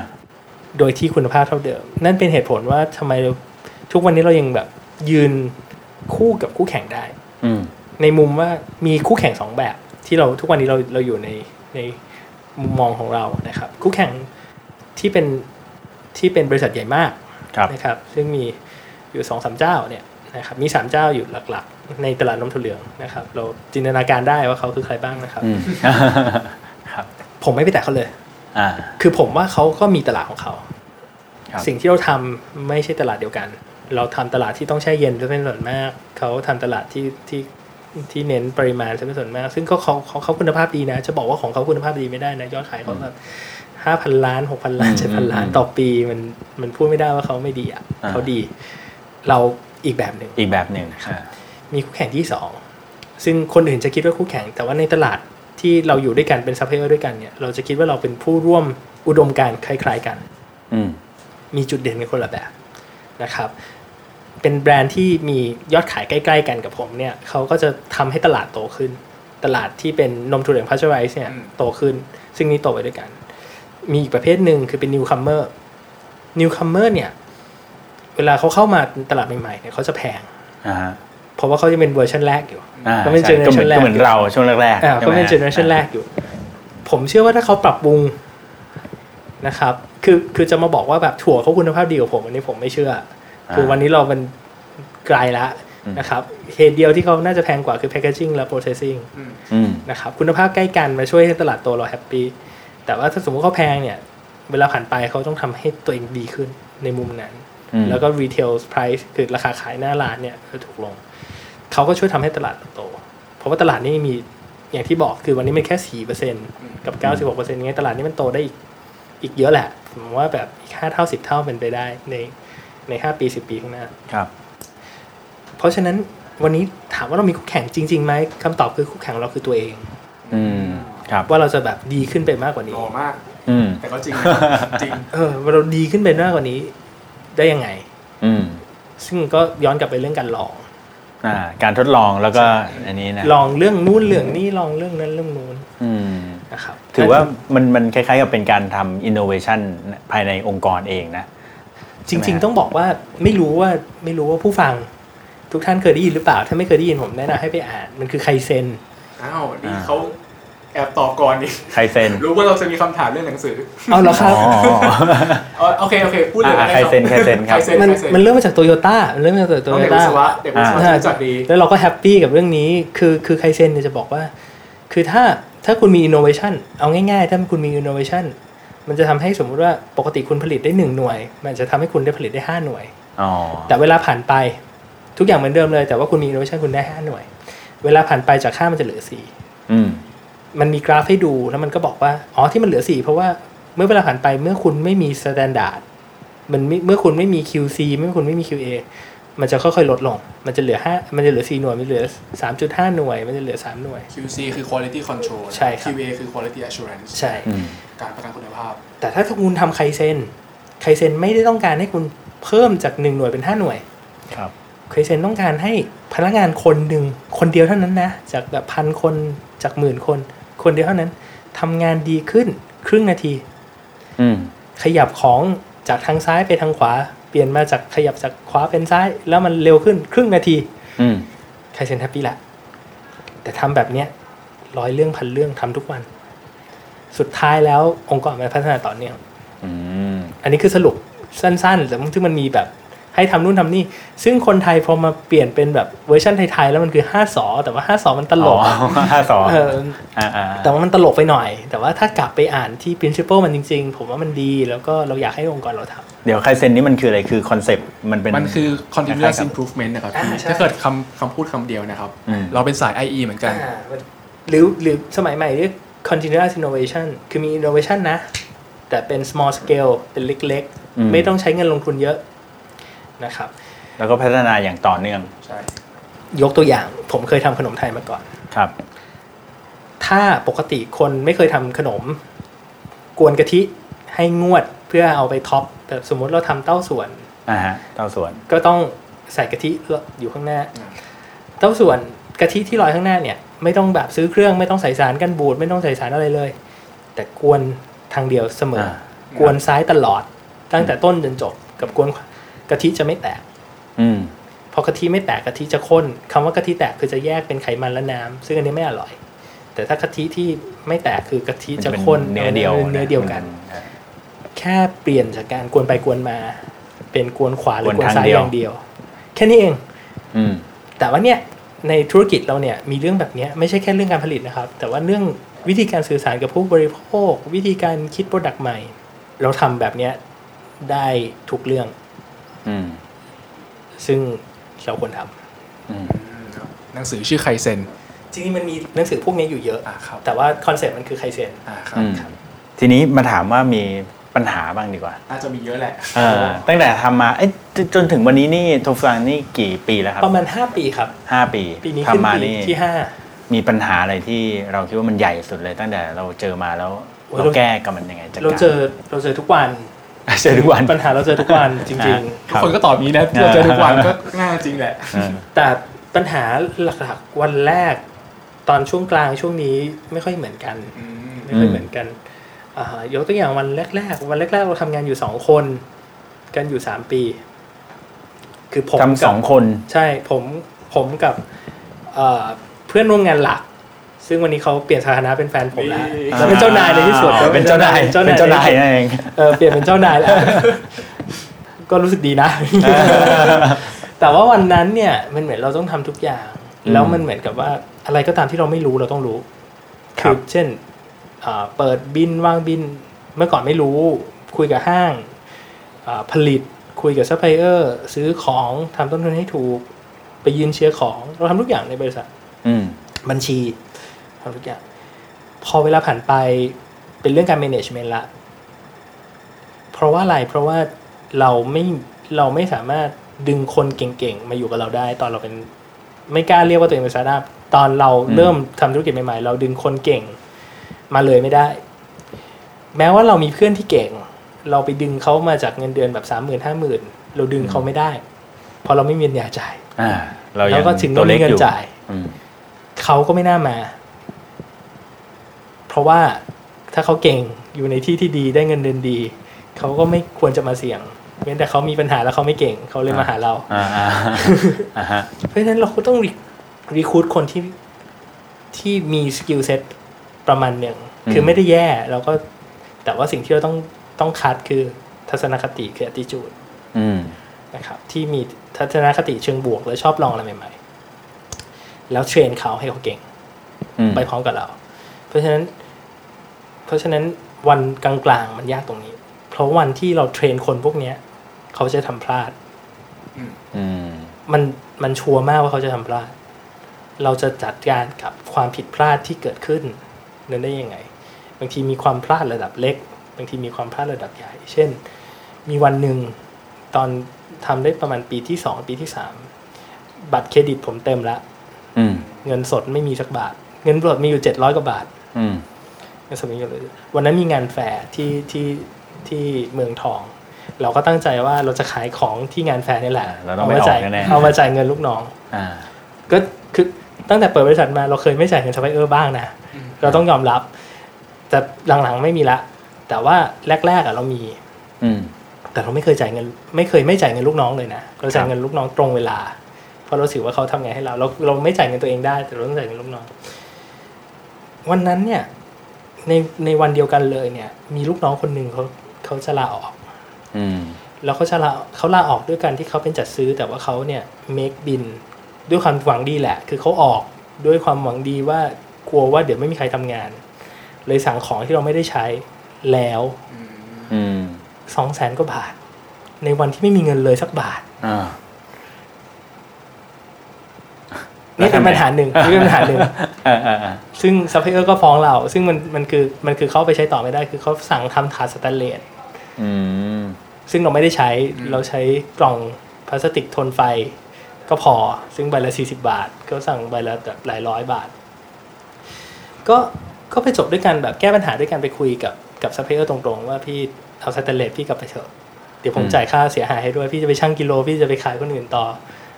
Speaker 4: โดยที่คุณภาพเท่าเดิม นั่นเป็นเหตุผลว่าทำไมเราทุกวันนี้เรายังแบบยืนคู่กับคู่แข่งได้
Speaker 2: อืม
Speaker 4: ในมุมว่ามีคู่แข่งสองแบบ ที่เราทุกวันนี้เราเราอยู่ในในมุมมองของเรานะครับ คู่แข่งที่เป็นที่เป็นบริษัทใหญ่มาก
Speaker 2: ครับ
Speaker 4: นะครับ ซึ่งมีอยู่สองสามเจ้าเนี่ยนะครับมีสามเจ้าอยู่หลักๆ ในตลาดน้ำถั่วเหลืองนะครับ เราจินตนาการได้ว่าเขาคือใครบ้างนะครับ
Speaker 2: อืม ครับ
Speaker 4: ผมไม่ไปแตะเขาเลย
Speaker 2: อ่า
Speaker 4: คือผมว่าเขาก็มีตลาดของเขา
Speaker 2: ครับ
Speaker 4: สิ่งที่เราทำไม่ใช่ตลาดเดียวกัน เราทำตลาดที่ต้องแช่เย็นซะเป็นส่วนมาก เขาทำตลาดที่ที่ที่เน้นปริมาณซะเป็นส่วนมาก ซึ่งก็เขาเขาเขาคุณภาพดีนะ จะบอกว่าของเขาคุณภาพดีไม่ได้นะ ยอดขายเขาแบบห้าพันล้านหกพันล้านเจ็ดพันล้านต่อปีมันมันพูดไม่ได้ว่าเขาไม่ดีอ่ะเขาดี เราอีกแบบหนึ่ง
Speaker 2: อีกแบบหนึ่งอ่า
Speaker 4: มีคู่แข่งที่สองซึ่งคนอื่นจะคิดว่าคู่แข่ง แต่ว่าในตลาดที่เราอยู่ด้วยกันเป็นซัพพลายเออร์ด้วยกันเนี่ย เราจะคิดว่าเราเป็นผู้ร่วมอุดมการณ์คล้ายๆกัน
Speaker 2: อืม
Speaker 4: มีจุดเด่นกันคนละแบบนะครับ เป็นแบรนด์ที่มียอดขายใกล้ๆกันกับผมเนี่ยเขาก็จะทำให้ตลาดโตขึ้น ตลาดที่เป็นนมถั่วเหลืองพาสเจอไรส์เนี่ยโตขึ้น ซึ่งนี่โตไปด้วยกัน มีอีกประเภทหนึ่งคือเป็นนิวคัมเมอร์นิวคัมเมอร์เนี่ย เวลาเขาเข้ามาตลาดใหม่ๆเนี่ยเขาจะแพง
Speaker 2: อ่าฮะ
Speaker 4: เพราะว่าเขาจะเป็นเวอร์ชันแรกอยู่
Speaker 2: อ่า
Speaker 4: ก็เป็น
Speaker 2: ใช่ก็เหมือ
Speaker 4: generation
Speaker 2: น
Speaker 4: แรก
Speaker 2: ก็เหมือนเราช่วงแรกๆ
Speaker 4: อ่า
Speaker 2: ใช่ไห
Speaker 4: ก็เป็นเจเนอเรชันแรกอยู่ ผมเชื่อว่าถ้าเขาปรับปรุงนะครับ คือคือจะมาบอกว่าแบบถั่วเขาคุณภาพดีกว่าผม อันนี้ผมไม่เชื่ออคือวันนี้เรามันไกลละนะครับเหตุเดียวที่เขาน่าจะแพงกว่าคือ packaging และ processing
Speaker 2: อืม
Speaker 4: นะครับ คุณภาพใกล้กันมาช่วยให้ตลาดโตเราแฮปปี้แต่ว่าถ้าสมมติเขาแพงเนี่ย เวลาผ่านไปเขาต้องทำให้ตัวเองดีขึ้นในมุมนั้น
Speaker 2: อืม
Speaker 4: แล้วก็ retail price คือราคาขายหน้าร้านเนี่ยก็ถูกลง เขาก็ช่วยทำให้ตลาดโต เพราะว่าตลาดนี้มีอย่างที่บอกคือวันนี้มันแค่สี่เปอร์เซ็นกับเก้าสิบหกเปอร์เซ็นต์ไงตลาดนี้มันโตได้อีกอีกเยอะแหละผมว่าแบบอีกห้าเท่าสิบเท่าเป็นไปได้ในในห้าปีสิบปีข้างหน้า
Speaker 2: ครับ
Speaker 4: เพราะฉะนั้นวันนี้ถามว่าเรามีคู่แข่งจริงๆไหมคำตอบคือคู่แข่งเราคือตัวเอง
Speaker 2: อืมครับ
Speaker 4: ว่าเราจะแบบดีขึ้นไปมากกว่านี้
Speaker 1: หล่อมาก
Speaker 2: อืม
Speaker 1: แต่ก็จริงนะครับจริง
Speaker 4: เออว่าเราดีขึ้นไปมากกว่านี้ได้ยังไง
Speaker 2: อืม
Speaker 4: ซึ่งก็ย้อนกลับไปเรื่องการลอง
Speaker 2: อ่า การทดลองแล้วก็อันนี้นะ
Speaker 4: ลองเรื่องนู้นเรื่องนี้ลองเรื่องนั้นเรื่องนู้น
Speaker 2: อืม
Speaker 4: นะครับ
Speaker 2: ถือว่ามันมันคล้ายๆกับเป็นการทำ innovation ภายในองค์กรเองนะ
Speaker 4: จริง ๆ ต้องบอกว่าไม่รู้ว่าไม่รู้ว่าผู้ฟัง ทุกท่านเคยได้ยินหรือเปล่า ถ้าไม่เคยได้ยินผมแนะนำให้ไปอ่าน มันคือไคเซน
Speaker 1: อ้าว นี่
Speaker 2: อ่า
Speaker 1: เขา แอบตอบก่อนดิ
Speaker 2: ใครเซ็น
Speaker 1: รู้ว่าเราจะมีคำถามเรื่องหนังสือ
Speaker 4: เอาเหรอค
Speaker 2: อ๋
Speaker 4: รับ
Speaker 2: อ
Speaker 1: อ๋อโอเคโอเคพูดเลย
Speaker 2: อ่ะ
Speaker 1: ได้
Speaker 2: ใครเซ็นใครเซ็นครับ
Speaker 1: ใครเซ็น
Speaker 4: มัน
Speaker 1: ใครเซ็น
Speaker 4: มันเริ่มมาจากโตโยต้ามันเริ่มมาจากโต
Speaker 1: ต้อง
Speaker 4: โย
Speaker 1: เด็กวิ
Speaker 4: ต้า
Speaker 1: ศวะเด็กวิศวะ
Speaker 4: อ่า
Speaker 1: รู้จักดี
Speaker 4: แล้วเราก็แฮปปี้กับเรื่องนี้ คือคือไคเซนเนี่ยจะบอกว่า คือถ้าถ้าคุณมีอินโนเวชันเอาง่ายๆ ถ้าคุณมีอินโนเวชันมันจะทำให้สมมุติว่าปกติคุณผลิตได้หนึ่งหน่วย มันจะทำให้คุณได้ผลิตได้ห้าหน่วย
Speaker 2: อ๋อ
Speaker 4: แต่เวลาผ่านไปทุกอย่างเหมือนเดิมเลย แต่ว่าคุณมีอินโนเวชันคุณได้ห้าหน่วย เวลาผ่านไปจากห้ามันจะเหลือสี่
Speaker 2: อืม
Speaker 4: มันมีกราฟให้ดูแล้วมันก็บอกว่า อ๋อที่มันเหลือสี่เพราะว่าเมื่อเวลาผ่านไปเมื่อคุณไม่มี s t ต n d า r d มันไม่เมื่อคุณไม่มี QC เมื่อคุณไม่มี QA มันจะค่อยๆลดลง มันจะเหลือห้ามันจะเหลือสี่หน่วย มันเหลือสามจุดห้าหน่วย มันจะเหลือสามหน่วย
Speaker 1: QC คือ quality control
Speaker 4: ใช่ครับ
Speaker 1: QA คือ quality assurance
Speaker 4: ใช่
Speaker 2: อืม
Speaker 1: การประกันคุณภาพ
Speaker 4: แต่ถ้าคุณทำไคเซนไคเซนไม่ได้ต้องการให้คุณเพิ่มจากหนึ่งหน่วยเป็นห้าหน่วย
Speaker 2: ครับ
Speaker 4: เคยเซนต้องการให้พนักงานคนหนึ่งคนเดียวเท่านั้นนะ จากแบบพันคนจากหมื่นคน คนเดียวเท่านั้นทำงานดีขึ้นครึ่งนาที
Speaker 2: อืม
Speaker 4: ขยับของจากทางซ้ายไปทางขวา เปลี่ยนมาจากขยับจากขวาเป็นซ้าย แล้วมันเร็วขึ้นครึ่งนาที
Speaker 2: อืม
Speaker 4: ไคเซนแฮปปี้ละ แต่ทำแบบเนี้ยร้อยเรื่องพันเรื่องทำทุกวัน สุดท้ายแล้วองค์กรมันพัฒนาต่อเนื่อง
Speaker 2: อืม
Speaker 4: อันนี้คือสรุปสั้นๆแต่ซึ่งมันมีแบบให้ทำนู่นทำนี่ ซึ่งคนไทยพอมาเปลี่ยนเป็นแบบเวอร์ชันไทยๆ แล้วมันคือ5สอแต่ว่า5สอมันตลก
Speaker 2: อ๋อห้าสอง
Speaker 4: เออ
Speaker 2: อ่าอ่า
Speaker 4: แต่ว่ามันตลกไปหน่อย แต่ว่าถ้ากลับไปอ่านที่ principle มันจริงๆ ผมว่ามันดีแล้วก็เราอยากให้องค์กรเราท
Speaker 2: เดี๋ยวใครเซ็นนี่มันคืออะไรคือคอนเซปต์มันเป็น
Speaker 1: มันคือ
Speaker 2: คล้าย
Speaker 1: continuous
Speaker 2: ๆกับ
Speaker 1: improvement นะครับ
Speaker 4: ำอ่
Speaker 1: พี่ถ้าเกิดคำคำพูดคำเดียวนะครับ
Speaker 2: อืม
Speaker 1: เราเป็นสาย IE เหมือนกัน
Speaker 4: อ่ามันหรือหรือสมัยใหม่เรียก continuous innovation คือมี innovation นะ แต่เป็น small scale เป็นเล็ก
Speaker 2: อืม
Speaker 4: ๆ ไม่ต้องใช้เงินลงทุนเยอะนะครับ
Speaker 2: แล้วก็พัฒนาอย่างต่อเนื่อง
Speaker 1: ใช่
Speaker 4: ยกตัวอย่างผมเคยทำขนมไทยมาก่อน
Speaker 2: ครับ
Speaker 4: ถ้าปกติคนไม่เคยทำขนม กวนกะทิให้งวดเพื่อเอาไปท็อปแบบสมมติเราทำเต้าส่วน
Speaker 2: อ่าฮะเต้าส่วน
Speaker 4: ก็ต้องใส่กะทิอยู่ข้างหน้า
Speaker 1: อ่า
Speaker 4: เต้าส่วนกะทิที่ลอยข้างหน้าเนี่ย ไม่ต้องแบบซื้อเครื่องไม่ต้องใส่สารกันบูดไม่ต้องใส่สารอะไรเลย แต่กวนทางเดียวเสมอ
Speaker 2: อ่าก
Speaker 4: วนซ้ายตลอด ตั้งแต่ต้นจนจบกับกวนขวากะทิจะไม่แตก
Speaker 2: อืม
Speaker 4: พอกะทิไม่แตกกะทิจะข้นคำว่ากะทิแตกคือจะแยกเป็นไขมันและน้ำซึ่งอันนี้ไม่อร่อย แต่ถ้ากะทิที่ไม่แตกคือกะทิจะ
Speaker 2: มั
Speaker 4: ข้น
Speaker 2: เนื้อเดียว
Speaker 4: เนื้อเดียวกัน
Speaker 2: อ่า
Speaker 4: แค่เปลี่ยนจากการกวนไปกวนมา เป็นกวนขวาหรือก
Speaker 2: ก
Speaker 4: ว
Speaker 2: วน นทาง
Speaker 4: ซ้าย
Speaker 2: เดี
Speaker 4: อ
Speaker 2: ยว
Speaker 4: ย่างเดียว แค่นี้เอง
Speaker 2: อืม
Speaker 4: แต่ว่าเนี่ยในธุรกิจเราเนี่ยมีเรื่องแบบเนี้ยไม่ใช่แค่เรื่องการผลิตนะครับ แต่ว่าเรื่องวิธีการสื่อสารกับผู้บริโภค วิธีการคิดโปรดักต์ใหม่ เราทำแบบเนี้ยได้ทุกเรื่อง
Speaker 2: อืม
Speaker 4: ซึ่งเราควรทำ
Speaker 2: อืม
Speaker 1: หนังสือชื่อไคเซน
Speaker 4: จริงๆมันมีหนังสือพวกนี้อยู่เยอะ
Speaker 1: อ่าครับ
Speaker 4: แต่ว่าคอนเซ็ปต์มันคือไคเซน
Speaker 1: อ่าครับ
Speaker 2: อืมทีนี้มาถามว่ามีปัญหาบ้างดีกว่า
Speaker 1: น่าจะมีเยอะแหละ
Speaker 2: เออตั้งแต่ทำมาเอ๊ะจนจนถึงวันนี้นี่โทฟังนี่กี่ปีแล้วครับ
Speaker 4: ประมาณ 5 ปีครับ
Speaker 2: ห้าปี
Speaker 4: ปีนี้ขึ้น
Speaker 2: ทำมา
Speaker 4: ปี
Speaker 2: นี่
Speaker 4: ที่ห้า
Speaker 2: มีปัญหาอะไรที่เราคิดว่ามันใหญ่สุดเลยตั้งแต่เราเจอมาแล้ว
Speaker 4: โอ้ย
Speaker 2: เรา
Speaker 4: เรา
Speaker 2: แก้กับมันยังไงจัด
Speaker 4: เรา
Speaker 2: การ
Speaker 4: เจอเราเจอทุกวัน
Speaker 2: เจอทุกวัน
Speaker 4: ปัญหาเราเจอทุกวัน จริง ๆ
Speaker 1: ทุกคนก็ตอบนี้นะเราเจอทุกวันก็ง่ายจริงแหละ
Speaker 2: อ่า
Speaker 4: แต่ปัญหาหลักๆวันแรก ตอนช่วงกลางช่วงนี้ไม่ค่อยเหมือนกัน
Speaker 1: อืม
Speaker 4: ไม่ค่อยเหมือนกันอ่ายกตัวอย่างวันแรก ๆ วันแรก ๆ เราทำงานอยู่สองคน กันอยู่สามปี คือผม
Speaker 2: ทำสอง
Speaker 4: กับ
Speaker 2: คน
Speaker 4: ใช่ผมผมกับเอ่อเพื่อนร่วมงานหลัก ซึ่งวันนี้เขาเปลี่ยนสถานะเป็นแฟนผมแล้วแล้วเป็นเจ้านายในที่สุด
Speaker 2: อ่เป็นเจ้านายเป็นเจ้านายนั่นเอง
Speaker 4: เออเปลี่ยนเป็นเจ้านายแล้ว ก็รู้สึกดีนะ แต่ว่าวันนั้นเนี่ยมันเหมือนเราต้องทำทุกอย่าง แล้วมันเหมือนกับว่าอะไรก็ตามที่เราไม่รู้เราต้องรู้
Speaker 2: ครับ
Speaker 4: เช่นอ่าเปิดบินวางบินเมื่อก่อนไม่รู้ คุยกับห้างอ่าผลิตคุยกับซัพพลายเออร์ซื้อของทำต้นทุนให้ถูก ไปยืนเชียร์ของเราทำทุกอย่างในบริษัท
Speaker 2: อืม
Speaker 4: บัญชีทำทุกอย่าง พอเวลาผ่านไปเป็นเรื่องการ management ละ เพราะว่าอะไร เพราะว่าเราไม่เราไม่สามารถดึงคนเก่งๆ มาอยู่กับเราได้ ตอนเราเป็นไม่กล้าเรียกว่าตัวเองเป็นสตาร์ทอัพตอนเราเริ่มทำธุรกิจใหม่ๆ เราดึงคนเก่งมาเลยไม่ได้ แม้ว่าเรามีเพื่อนที่เก่ง เราไปดึงเขามาจากเงินเดือนแบบสามหมื่นห้าหมื่นเราดึงเขาไม่ได้ เพราะเราไม่มีเงินยาจ่าย
Speaker 2: อ่าเรายั
Speaker 4: แล้ว
Speaker 2: ง
Speaker 4: ก็ถึง
Speaker 2: ตัว
Speaker 4: ไม่
Speaker 2: เล็
Speaker 4: มี
Speaker 2: ก
Speaker 4: เงิ
Speaker 2: อน ยู่
Speaker 4: จ่าย
Speaker 2: อืม
Speaker 4: เขาก็ไม่น่ามา เพราะว่าถ้าเขาเก่งอยู่ในที่ที่ดีได้เงินเดือนดี เขาก็ไม่ควรจะมาเสี่ยงเว้นแต่เขามีปัญหาแล้วเขาไม่เก่งเขาเลยมาหาเรา
Speaker 2: อ่าอ่าอ่าฮะ
Speaker 4: เพราะฉะนั้นเราก็ต้องรีคูดคนที่ที่มีสกิลเซ็ตป ประมาณหนึ่ง
Speaker 2: อืม
Speaker 4: คือไม่ได้แย่เราก็แต่ว่าสิ่งที่เราต้องต้องคัดคือทัศนคติคือ attitude
Speaker 2: อืม
Speaker 4: นะครับที่มีทัศนคติเชิงบวก และชอบลองอะไรใหม่ ๆ แล้วเทรนเขาให้เขาเก่ง
Speaker 2: อืม
Speaker 4: ไปพร้อมกับเรา เพราะฉะนั้น เพราะฉะนั้นวันกลางๆมันยากตรงนี้ เพราะวันที่เราเทรนคนพวกเนี้ย เขาจะทำพลาด
Speaker 2: อืม
Speaker 4: มันมันชัวร์มากว่าเขาจะทำพลาด เราจะจัดการกับความผิดพลาดที่เกิดขึ้นนั้นได้ยังไง บางทีมีความพลาดระดับเล็ก บางทีมีความพลาดระดับใหญ่ เช่น มีวันหนึ่งตอนทำได้ประมาณปีที่สองปีที่สามบัตรเครดิตผมเต็มละ
Speaker 2: อืม
Speaker 4: เงินสดไม่มีสักบาท เงินสดมีอยู่เจ็ดร้อยกว่าบาท
Speaker 2: อืม
Speaker 4: ในสมัยก่อนเลยวันนั้นมีงานแฟร์ที่ที่ที่เมืองทอง เราก็ตั้งใจว่าเราจะขายของที่งานแฟร์นี่แหละ
Speaker 2: อ่าเราต้องไปออก
Speaker 4: มาจ่าย
Speaker 2: แน่ๆ
Speaker 4: เอามาจ่ายเงินลูกน้อง
Speaker 2: อ่า
Speaker 4: ก็คือตั้งแต่เปิดบริษัทมาเราเคยไม่จ่ายเงินซัพพลายเออร์บ้างนะ เราต้องยอมรับ แต่หลังๆไม่มีละ แต่ว่าแรกๆอะเรามี
Speaker 2: อืม
Speaker 4: แต่เราไม่เคยจ่ายเงินไม่เคยไม่จ่ายเงินลูกน้องเลยนะเราจ่ายเงินลูกน้องตรงเวลา เพราะเราถือว่าเขาทำงานให้เราเราเราไม่จ่ายเงินตัวเองได้ แต่เราต้องจ่ายเงินลูกน้อง วันนั้นเนี่ยในในวันเดียวกันเลยเนี่ย มีลูกน้องคนหนึ่งเขาเขาจะลาออก
Speaker 2: อืม
Speaker 4: แล้วเขาจะลาเขาลาออกด้วยการที่เขาเป็นจัดซื้อ แต่ว่าเขาเนี่ย make บินด้วยความหวังดีแหละ คือเขาออกด้วยความหวังดีว่ากลัวว่าเดี๋ยวไม่มีใครทำงาน เลยสั่งของที่เราไม่ได้ใช้แล้ว
Speaker 2: อืม
Speaker 4: สองแสนกว่าบาท ในวันที่ไม่มีเงินเลยสักบาท
Speaker 2: อ่า
Speaker 4: นี่เป็นปัญหาหนึ่งนี่เป็นปัญหาหนึ่ง
Speaker 2: เออเออเออ
Speaker 4: ซึ่งซัพพลายเออร์ก็ฟ้องเรา ซึ่งมันมันคือมันคือเขาเอาไปใช้ต่อไม่ได้ คือเขาสั่งทำถาดสแตนเลส
Speaker 2: อืม
Speaker 4: ซึ่งเราไม่ได้ใช้ เราใช้กล่องพลาสติกทนไฟ ก็พอ ซึ่งใบละสี่สิบาท ก็สั่งใบละแบบหลายร้อยบาท ก็ก็ไปจบด้วยกันแบบแก้ปัญหาด้วยกันไปคุยกับกับซัพพลายเออร์ตรงๆ ว่าพี่เอาสแตนเลสพี่กลับไปเถอะ เดี๋ยวผม
Speaker 2: อืม
Speaker 4: จ่ายค่าเสียหายให้ด้วย พี่จะไปชั่งกิโล พี่จะไปขายคนอื่นต่อ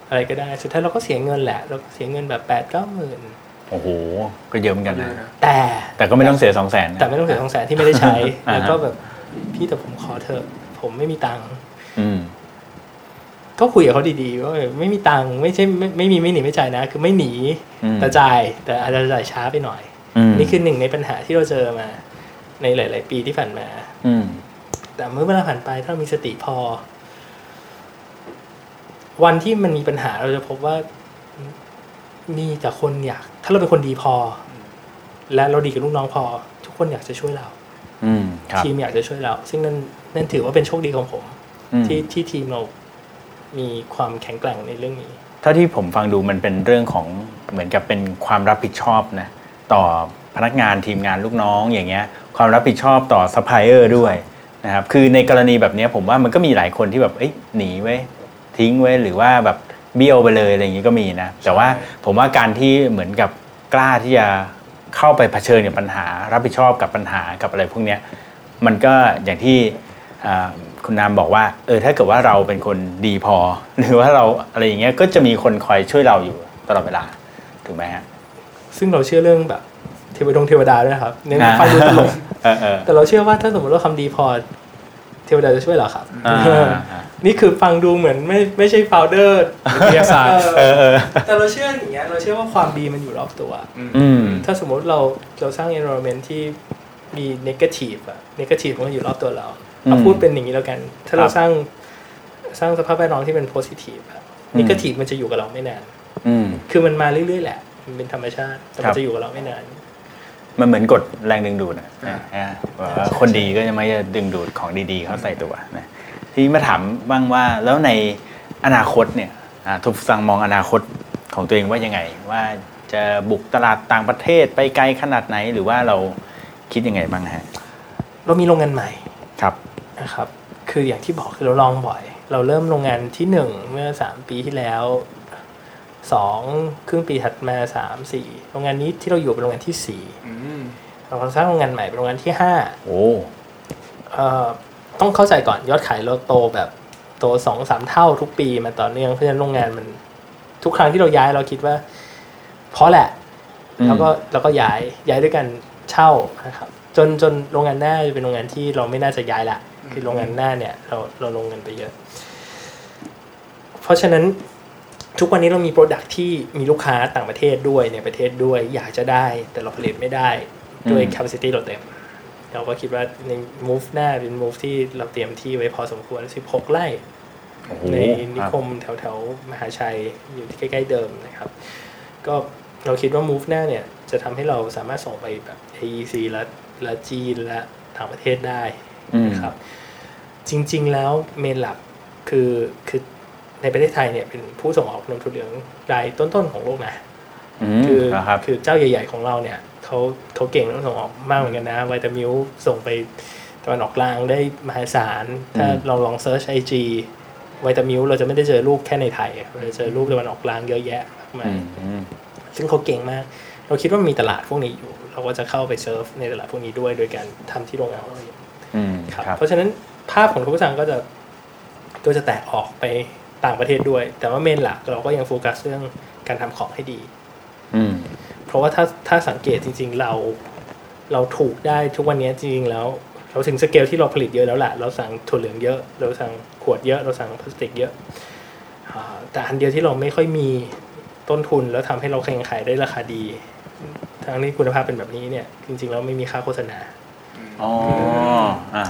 Speaker 4: อะไรก็ได้ สุดท้ายเราก็เสียเงินแหละ เราก็เสียเงินแบบแปดเก้าหมื่น
Speaker 2: โอ้โห ก็เยอะเหมือนกันนะ
Speaker 4: แต่
Speaker 2: แต่ก็ไม่ต้องเสียสองแสน
Speaker 4: แต่ไม่ต้องเสียสองแสนที่ไม่ได้ใช้
Speaker 2: อ่าฮะ
Speaker 4: แล้วก็แบบพี่แต่ผมขอเถอะ ผมไม่มีตังค์
Speaker 2: อืม
Speaker 4: ก็คุยกับเขาดีๆว่าไม่มีตังค์ไม่ใช่ไม่ไม่มีไม่หนีไม่จ่ายนะ คือไม่หนี
Speaker 2: อืม
Speaker 4: แต่จ่ายแต่อาจจะจ่ายช้าไปหน่อย
Speaker 2: ม
Speaker 4: นี่คือหนึ่งในปัญหาที่เราเจอมา ในหลาย ๆ ปีที่ผ่านมา
Speaker 2: ม
Speaker 4: แต่เมื่อเวลาผ่านไปถ้าเรามีสติพอ วันที่มันมีปัญหาเราจะพบว่ามีแต่คนอยาก ถ้าเราเป็นคนดีพอ และเราดีกับลูกน้องพอ ทุกคนอยากจะช่วยเรา
Speaker 2: อืม ครับ
Speaker 4: ทีมอยากจะช่วยเรา ซึ่งนั่นนั่นถือว่าเป็นโชคดีของผม
Speaker 2: อืม
Speaker 4: ที่ที่ทีมเรา มีความแข็งแกร่งในเรื่องนี้
Speaker 2: เท่าที่ผมฟังดูมันเป็นเรื่องของเหมือนกับเป็นความรับผิดชอบนะต่อพนักงานทีมงานลูกน้องอย่างเงี้ยความรับผิดชอบต่อซัพพลายเออร์ด้วยนะครับคือในกรณีแบบเนี้ยผมว่ามันก็มีหลายคนที่แบบเอ้ยหนีไว้ยทิ้งไว้ยหรือว่าแบบเบี้ยวไปเลยอะไรอย่างงี้ก็มีนะแต่ว่าผมว่าการที่เหมือนกับกล้าที่จะเข้าไปเผชิญกับปัญหา รับผิดชอบกับปัญหากับอะไรพวกเนี้ย มันก็อย่างที่อ่าคุณนามบอกว่าเออถ้าเกิดว่าเราเป็นคนดีพอ หรือว่าเราอะไรอย่างเงี้ยก็จะมีคนคอยช่วยเราอยู่ตลอดเวลาถูกไหมฮะ
Speaker 4: ซึ่งเราเชื่อเรื่องแบบเทวดงเทวดาด้วยนะครับเนี่ยมันฟังดู ตลก
Speaker 2: เออเออ
Speaker 4: แต่เราเชื่อว่าถ้าสมมติเราทำดีพอ เทวดาจะช่วยเราครับ
Speaker 2: อ่า
Speaker 4: นี่คือฟังดูเหมือนไม่ไม่ใช่โฟลเดอร์
Speaker 3: วิทยาศาสตร์
Speaker 2: เออเออ
Speaker 4: แต่เราเชื่ออย่างเงี้ยเราเชื่อว่าความดีมันอยู่รอบตัว
Speaker 2: อืม
Speaker 4: ถ้าสมมติเราเราสร้าง environment ที่มี negative อะ negative มันก็อยู่รอบตัวเราเอาพูดเป็นอย่างนี้แล้วกัน ถ้าเราสร้างสร้างสภาพแวดล้อมที่เป็น positive อะ negative มันจะอยู่กับเราไม่นาน
Speaker 2: อืม
Speaker 4: คือมันมาเรื่อยๆแหละ มันเป็นธรรมชาติ แต่
Speaker 2: ครั
Speaker 4: มัน
Speaker 2: บ
Speaker 4: จะอยู่กับเราไม่นาน
Speaker 2: มันเหมือนกดแรงดึงดูดนะนะฮะแบบว่าคนดีก็จะไม่จะดึงดูดของดีๆ เข้าใส่ตัวนะทีนี้มาถามบ้างว่าแล้วในอนาคตเนี่ยอ่าทุกฟังมองอนาคตของตัวเองว่ายังไง ว่าจะบุกตลาดต่างประเทศไปไกลขนาดไหนหรือว่าเราคิดยังไงบ้างฮะ
Speaker 4: เรามีโรงงานใหม่
Speaker 2: ครับ
Speaker 4: นะครับ คืออย่างที่บอกคือเราลองบ่อย เราเริ่มโรงงานที่หนึ่งเมื่อสามปีที่แล้วสองครึ่งปีถัดมาสามสี่โรงงานนี้ที่เราอยู่เป็นโรงงานที่สี่เราสร้างโรงงานใหม่เป็นโรงงานที่ห้า
Speaker 2: โอ้
Speaker 4: เอ่อต้องเข้าใจก่อนยอดขายเราโตแบบโตสองสามเท่าทุกปีมาต่อเนื่องเพราะฉะนั้นโรงงานมันทุกครั้งที่เราย้ายเราคิดว่าเพราะแหละแล้วก็แล้วก็ย้ายย้ายด้วยกันเช่านะครับจนจนโรงงานหน้าจะเป็นโรงงานที่เราไม่น่าจะย้ายละคือโรงงานหน้าเนี่ยเราเราลงเงินไปเยอะ เพราะฉะนั้นทุกวันนี้เรามีโปรดักที่มีลูกค้าต่างประเทศด้วยในประเทศด้วยอยากจะได้แต่เราผลิตไม่ได้ ด้วย
Speaker 2: อืม
Speaker 4: capacity เราเต็ม เราก็คิดว่าใน move หน้าเป็น move ที่เราเตรียมที่ไว้พอสมควร 16 ไร่
Speaker 2: โอ้โห
Speaker 4: ในนิ
Speaker 2: ครับ
Speaker 4: คมแถวแถวๆมหาชัยอยู่ที่ใกล้ ๆ เดิมนะครับ ก็เราคิดว่า move หน้าเนี่ย จะทำให้เราสามารถส่งไปแบบ AEC และและจีนและต่างประเทศได้นะครับ จริง ๆ แล้วเมนหลักคือคือในประเทศไทยเนี่ยเป็นผู้ส่งออกนมถั่วเหลืองรายต้น ๆ ของโลกนะ
Speaker 2: คื
Speaker 4: คือ อ
Speaker 2: ครับ
Speaker 4: คือเจ้าใหญ่ ๆ ของเราเนี่ยเขาเขาเก่งเรื่องส่งออกมากเหมือนกันนะไวตามิวส่งไปตะวันออกกลางได้มหาศาล ถ้า
Speaker 2: อืม
Speaker 4: เราลองเซิร์ชไอจีไวตามิวเราจะไม่ได้เจอลูกแค่ในไทยเราจะเจอลูกตะวันออกกลางเยอะแยะมากมาย
Speaker 2: อืม
Speaker 4: ซึ่งเขาเก่งมาก เราคิดว่ามีตลาดพวกนี้อยู่ เราก็จะเข้าไปเซิร์ฟในตลาดพวกนี้ด้วยโดยการทำที่โรงงานของเราเอง
Speaker 2: อืม
Speaker 4: ครับ
Speaker 2: ครับ
Speaker 4: เพราะฉะนั้นภาพของทุกสังก็จะก็จะแตกออกไปต่างประเทศด้วย แต่ว่าเมนหลักเราก็ยังโฟกัสเรื่องการทำของให้ดี
Speaker 2: อืม
Speaker 4: เพราะว่าถ้าถ้าสังเกตจริง ๆ เราเราถูกได้ทุกวันนี้จริง ๆ แล้ว เราถึงสเกลที่เราผลิตเยอะแล้วแหละเราสั่งถั่วเหลืองเยอะ เราสั่งขวดเยอะ เราสั่งพลาสติกเยอะอ่าแต่อันเดียวที่เราไม่ค่อยมีต้นทุนแล้วทำให้เราแข่งขายได้ราคาดีทั้งที่คุณภาพเป็นแบบนี้เนี่ยจริงๆแล้วไม่มีค่าโฆษณา
Speaker 2: อ๋ออ่ะ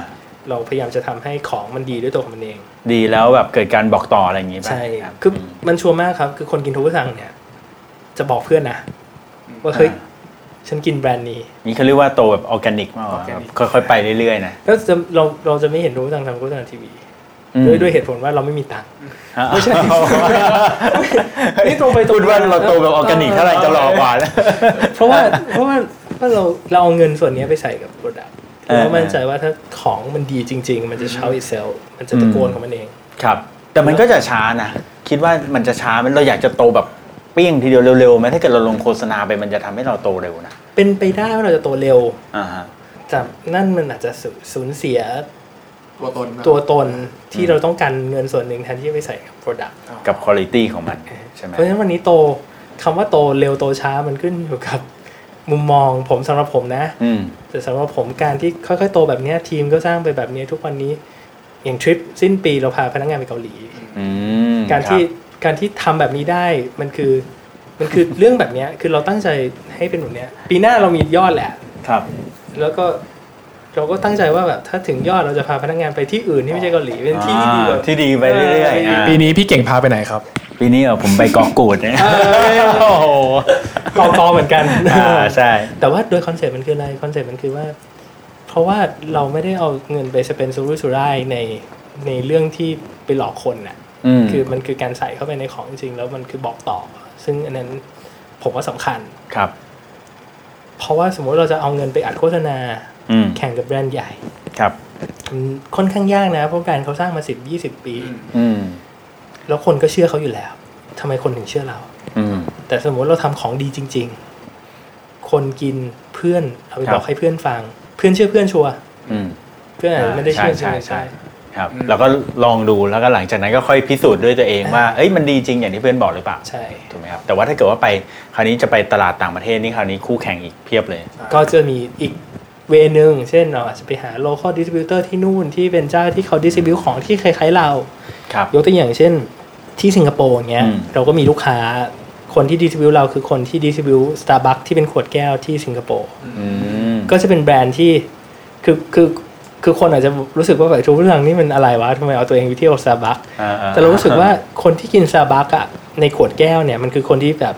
Speaker 4: เราพยายามจะทำให้ของมันดีด้วยตัวของมันเอง
Speaker 2: ดีแล้วแบบเกิดการบอกต่ออะไรอย่างงี้ป่ะ
Speaker 4: ใช่
Speaker 2: รับ
Speaker 4: คืออ
Speaker 2: ม
Speaker 4: มันชัวร์มากครับ คือคนกินทุกสั่งเนี่ย จะบอกเพื่อนนะ ว่าเฮ้ย
Speaker 2: อ่
Speaker 4: ฉันกินแบรนด์นี้
Speaker 2: นี่เขาเรียกว่าโตแบบออร์แกนิกมากก
Speaker 1: ออ
Speaker 2: ว่า
Speaker 1: ร์แกนิก
Speaker 2: ครับค่อยๆไปเรื่อยๆนะ
Speaker 4: แล้วจะเราเราจะไม่เห็นทุกสั่งทำโฆษณาทีวี
Speaker 2: อืม
Speaker 4: ด้วยด้วยเหตุผลว่าเราไม่มีตังค์
Speaker 2: ไม่ใช่
Speaker 4: นี่ตรงไปตรง
Speaker 2: พู
Speaker 4: มา
Speaker 2: ดว่าเราโตแบบออร์แกนิกเท่าไหร่จะรอกว่าแล้ว
Speaker 4: เพราะว่าเพราะว่าเพราะเราเราเอาเงินส่วนนี้ไปใส่กับโปรดักต์
Speaker 2: เออ
Speaker 4: เรามั่นใจว่าถ้าของมันดีจริง ๆ มันจะเช่าอีเซลมันจะตะโกนของมันเอง
Speaker 2: ครับ แต่มันก็จะช้านะ คิดว่ามันจะช้ามันเราอยากจะโตแบบเปี้ยงทีเดียวเร็วๆไหมถ้าเกิดเราลงโฆษณาไปมันจะทำให้เราโตเร็วนะ
Speaker 4: เป็นไปได้ว่าเราจะโตเร็ว
Speaker 2: อ่าฮะ
Speaker 4: แต่นั่นมันอาจจะสูสูญเสีย
Speaker 1: ตัวตนนะ
Speaker 4: ตัวตนที่
Speaker 2: อืม
Speaker 4: เราต้องการเงินส่วนหนึ่งแทนที่จะไปใส่กับโปรดักต์
Speaker 2: กับคุณภาพของมันใช่ไหม
Speaker 4: เพราะฉะนั้นวันนี้โตคำว่าโตเร็วโตช้ามันขึ้นอยู่กับ มุมมองผมสำหรับผมนะ
Speaker 2: อืม
Speaker 4: แต่สำหรับผมการที่ค่อยๆโตแบบเนี้ยทีมก็สร้างไปแบบเนี้ยทุกวันนี้อย่างทริปสิ้นปีเราพาพนักงานไปเกาหลี
Speaker 2: อืม
Speaker 4: การที่การที่ทำแบบนี้ได้มันคือมันคือ เรื่องแบบเนี้ยคือเราตั้งใจให้เป็นแบบเนี้ยปีหน้าเรามียอดแหละ
Speaker 2: ครับ
Speaker 4: แล้วก็เราก็ตั้งใจว่าแบบถ้าถึงยอดเราจะพาพนักงานไปที่อื่นที่ไม่ใช่เกาหลีเป็นที่ที่ดีกว่า
Speaker 2: อ่าที่ดีไปเรื่อย
Speaker 4: เออ
Speaker 2: ๆอ่า
Speaker 3: ปีนี้พี่เก่งพาไปไหนครับ
Speaker 2: ปีนี้เหรอผมไปเกาะกูดเนี่ยโอ้โห
Speaker 4: กองกอเหมือนกัน
Speaker 2: อ่าใช่
Speaker 4: แต่ว่าโดยคอนเซ็ปต์มันคืออะไรคอนเซ็ปต์มันคือว่า เพราะว่าเราไม่ได้เอาเงินไปสเปนซูรุ่ยสุร่ายในในเรื่องที่ไปหลอกคนน่ะ
Speaker 2: อืม
Speaker 4: คือมันคือการใส่เข้าไปในของจริงๆแล้วมันคือบอกต่อ ซึ่งอันนั้นผมว่าสำคัญ
Speaker 2: ครับ
Speaker 4: เพราะว่าสมมุติเราจะเอาเงินไปอัดโฆษณา
Speaker 2: อืม
Speaker 4: แข่งกับแบรนด์ใหญ่
Speaker 2: ครับ
Speaker 4: มันค่อนข้างยากนะ เพราะแบรนด์เขาสร้างมาสิบยี่สิบปี
Speaker 1: อืม
Speaker 2: อืม
Speaker 4: แล้วคนก็เชื่อเขาอยู่แล้วทำไมคนถึงเชื่อเรา
Speaker 2: อืม
Speaker 4: แต่สมมติเราทำของดีจริง ๆ คนกินเพื่อนเอาไป
Speaker 2: ครับ
Speaker 4: บอกให้เพื่อนฟัง เพื่อนเชื่อเพื่อนชัวร์
Speaker 2: อืม
Speaker 4: เพื่อนอาจจะไม่ได้เชื่อ
Speaker 2: ใช่
Speaker 4: ใช่
Speaker 2: ใช่
Speaker 4: ใช่
Speaker 2: ครับ
Speaker 1: อืม
Speaker 2: แล้วก็ลองดูแล้วก็หลังจากนั้นก็ค่อยพิสูจน์ด้วยตัวเองว่าเอ้ยมันดีจริงอย่างที่เพื่อนบอกหรือเปล่า
Speaker 4: ใช่
Speaker 2: ถูกไหมครับแต่ว่าถ้าเกิดว่าไปคราวนี้จะไปตลาดต่างประเทศนี่คราวนี้คู่แข่งอีกเพียบเลย
Speaker 4: ก็จะมีอีกเวนึงเช่นเราอาจจะไปหา local distributor ที่นู่นที่เป็นเจ้าที่เขา distribute ของที่คล้ายๆเรา
Speaker 2: ครับ
Speaker 4: ยกตัวอย่างเช่นที่สิงคโปร์อย่างเงี้ย
Speaker 2: อืม
Speaker 4: เราก็มีลูกค้าคนที่ distribute เราคือคนที่ distribute Starbucks ที่เป็นขวดแก้วที่สิงคโปร์
Speaker 2: อืม
Speaker 4: ก็จะเป็นแบรนด์ที่คือคือคือคนอาจจะรู้สึกว่าแบบทุกเรื่องนี่มันอะไรวะทำไมเอาตัวเองไปเที่ยว Starbucks
Speaker 2: อ่าๆ
Speaker 4: แต่เรารู้สึกว่าคนที่กินซาบักอะในขวดแก้วเนี่ย มันคือคนที่แบบ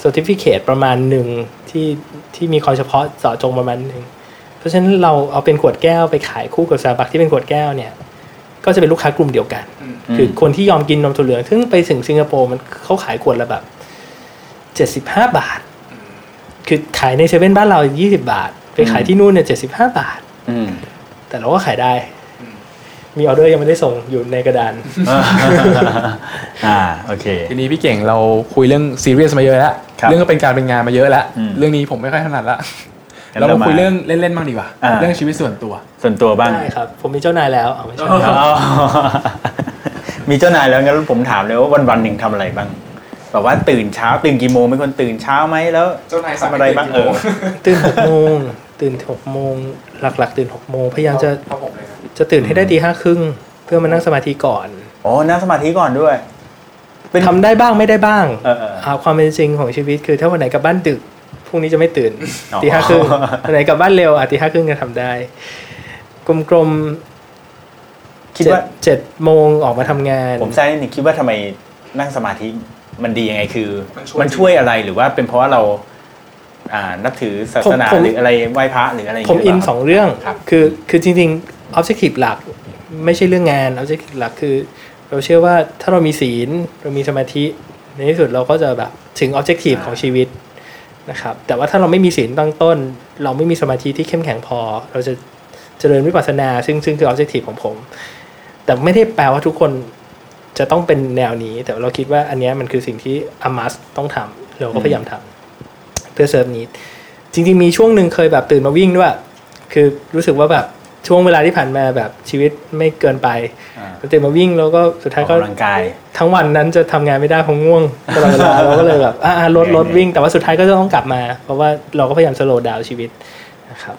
Speaker 4: สติฟิเคตประมาณหนึ่งที่ที่มีความเฉพาะเจาะจงประมาณหนึ่งเพราะฉะนั้นเราเอาเป็นขวดแก้วไปขายคู่กับซาบักที่เป็นขวดแก้วเนี่ย ก็จะเป็นลูกค้ากลุ่มเดียวกัน
Speaker 2: ม
Speaker 4: คือคนที่ยอมกินนมถั่วเหลือง ซึ่งไปถึงสิงคโปร์มันเขาขายขวดละแบบเจ็ดสิบห้าบาท คือขายในเซเว่นบ้านเรายี่สิบาท ไปขายที่นู่นเนี่ยเจ็ดสิบห้าบาท
Speaker 2: อืม
Speaker 4: แต่เราก็ขายได้ มีออเดอร์ยังไม่ได้ส่งอยู่ในกระดาน
Speaker 2: อ่าโอเค
Speaker 3: ทีนี้พี่เก่งเราคุยเรื่องซีเรียสมาเยอะแล้ว
Speaker 2: ครับ
Speaker 3: เรื่องก็เป็นการเป็นงานมาเยอะแล้ว
Speaker 2: อืม
Speaker 3: เรื่องนี้ผมไม่ค่อยถนัดละ เรามาคุยเรื่องเล่นๆบ้างดีกว่า
Speaker 2: อ่า
Speaker 3: เรื่องชีวิตส่วนตัว
Speaker 2: ส่วนตัวบ้าง
Speaker 4: ได้ครับ ผมมีเจ้านายแล้วเอาไม่ใช่
Speaker 2: อ๋อมีเจ้านายแล้วงั้นผมถามเลยว่าวันวันๆหนึ่งทำอะไรบ้างแบบว่าตื่นเช้าตื่นกี่โมงเป็นคนตื่นเช้าไหมแล้ว
Speaker 1: เจ้านายสั่
Speaker 2: ทำ
Speaker 1: ง
Speaker 2: อะไรบ้าง
Speaker 1: ให้
Speaker 2: เอ
Speaker 1: ตื่น
Speaker 2: อ
Speaker 1: กี่โมง
Speaker 4: ตื่นหกโมงตื่นหกโมงหลักๆ ตื่นหกโมงพยายามจะ
Speaker 1: เท่าผมเลยนะ
Speaker 4: จะตื่นให้ได้ตีห้าครึ่งเพื่อมานั่งสมาธิก่อน
Speaker 2: อ๋อนั่งสมาธิก่อนด้วย เป็น
Speaker 4: ทำได้บ้างไม่ได้บ้าง
Speaker 2: เออเออ
Speaker 4: เอาความเป็นจริงของชีวิตคือถ้าวันไหนกลับบ้านดึก พรุ่งนี้จะไม่ตื่น
Speaker 2: อ๋อ
Speaker 4: ตีห้าครึ่งวันไหนกลับบ้านเร็วอ่ะตีห้าครึ่งจะทำได้ กลมๆ
Speaker 2: คิด
Speaker 4: เจ็ด
Speaker 2: ว่า
Speaker 4: เจ็ดโมงออกมาทำงาน
Speaker 2: ผมใช่นี่คิดว่าทำไมนั่งสมาธิมันดียังไงคือ
Speaker 1: มันช่วย
Speaker 2: มันช่วยอะไรหรือว่าเป็นเพราะว่าเรา อ่านับถือศาสนา
Speaker 4: ผมผม
Speaker 2: หรืออะไรไหว้พระหรืออะไรย่าง
Speaker 4: ผม
Speaker 2: เงี้ย
Speaker 4: อิน
Speaker 2: หรืเป
Speaker 4: ส
Speaker 2: ล่า
Speaker 4: องเรื่อง
Speaker 2: ครับ
Speaker 4: คือ คือจริงๆ objective หลักไม่ใช่เรื่องงาน objective หลักคือ เราเชื่อว่าถ้าเรามีศีล เรามีสมาธิ ในที่สุดเราก็จะแบบถึง objective ของชีวิตนะครับ แต่ว่าถ้าเราไม่มีศีลตั้งต้น เราไม่มีสมาธิที่เข้มแข็งพอ เราจะเจริญวิปัสสนา ซึ่งซึ่งคือ objective ของผม แต่ไม่ได้แปลว่าทุกคนจะต้องเป็นแนวนี้ แต่เราคิดว่าอันเนี้ยมันคือสิ่งที่อ m มัสต้องทำเราก็พยายามทำเพื่อเซิร์ฟนิด จริงๆมีช่วงหนึ่งเคยแบบตื่นมาวิ่งด้วย คือรู้สึกว่าแบบช่วงเวลาที่ผ่านมาแบบชีวิตไม่เกินไป
Speaker 2: อ่า
Speaker 4: ตื่นมาวิ่งแล้วก็สุดท้าย
Speaker 2: ออก
Speaker 4: ก็
Speaker 2: กำลังกาย
Speaker 4: ทั้งวันนั้นจะทำงานไม่ได้เพราะง่วงตลอดเวลา เราก็เลยแบบอ่าลดลดวิ่ง แต่ว่าสุดท้ายก็ต้องกลับมา เพราะว่าเราก็พยายามสโลว์ดาวชีวิตนะครับ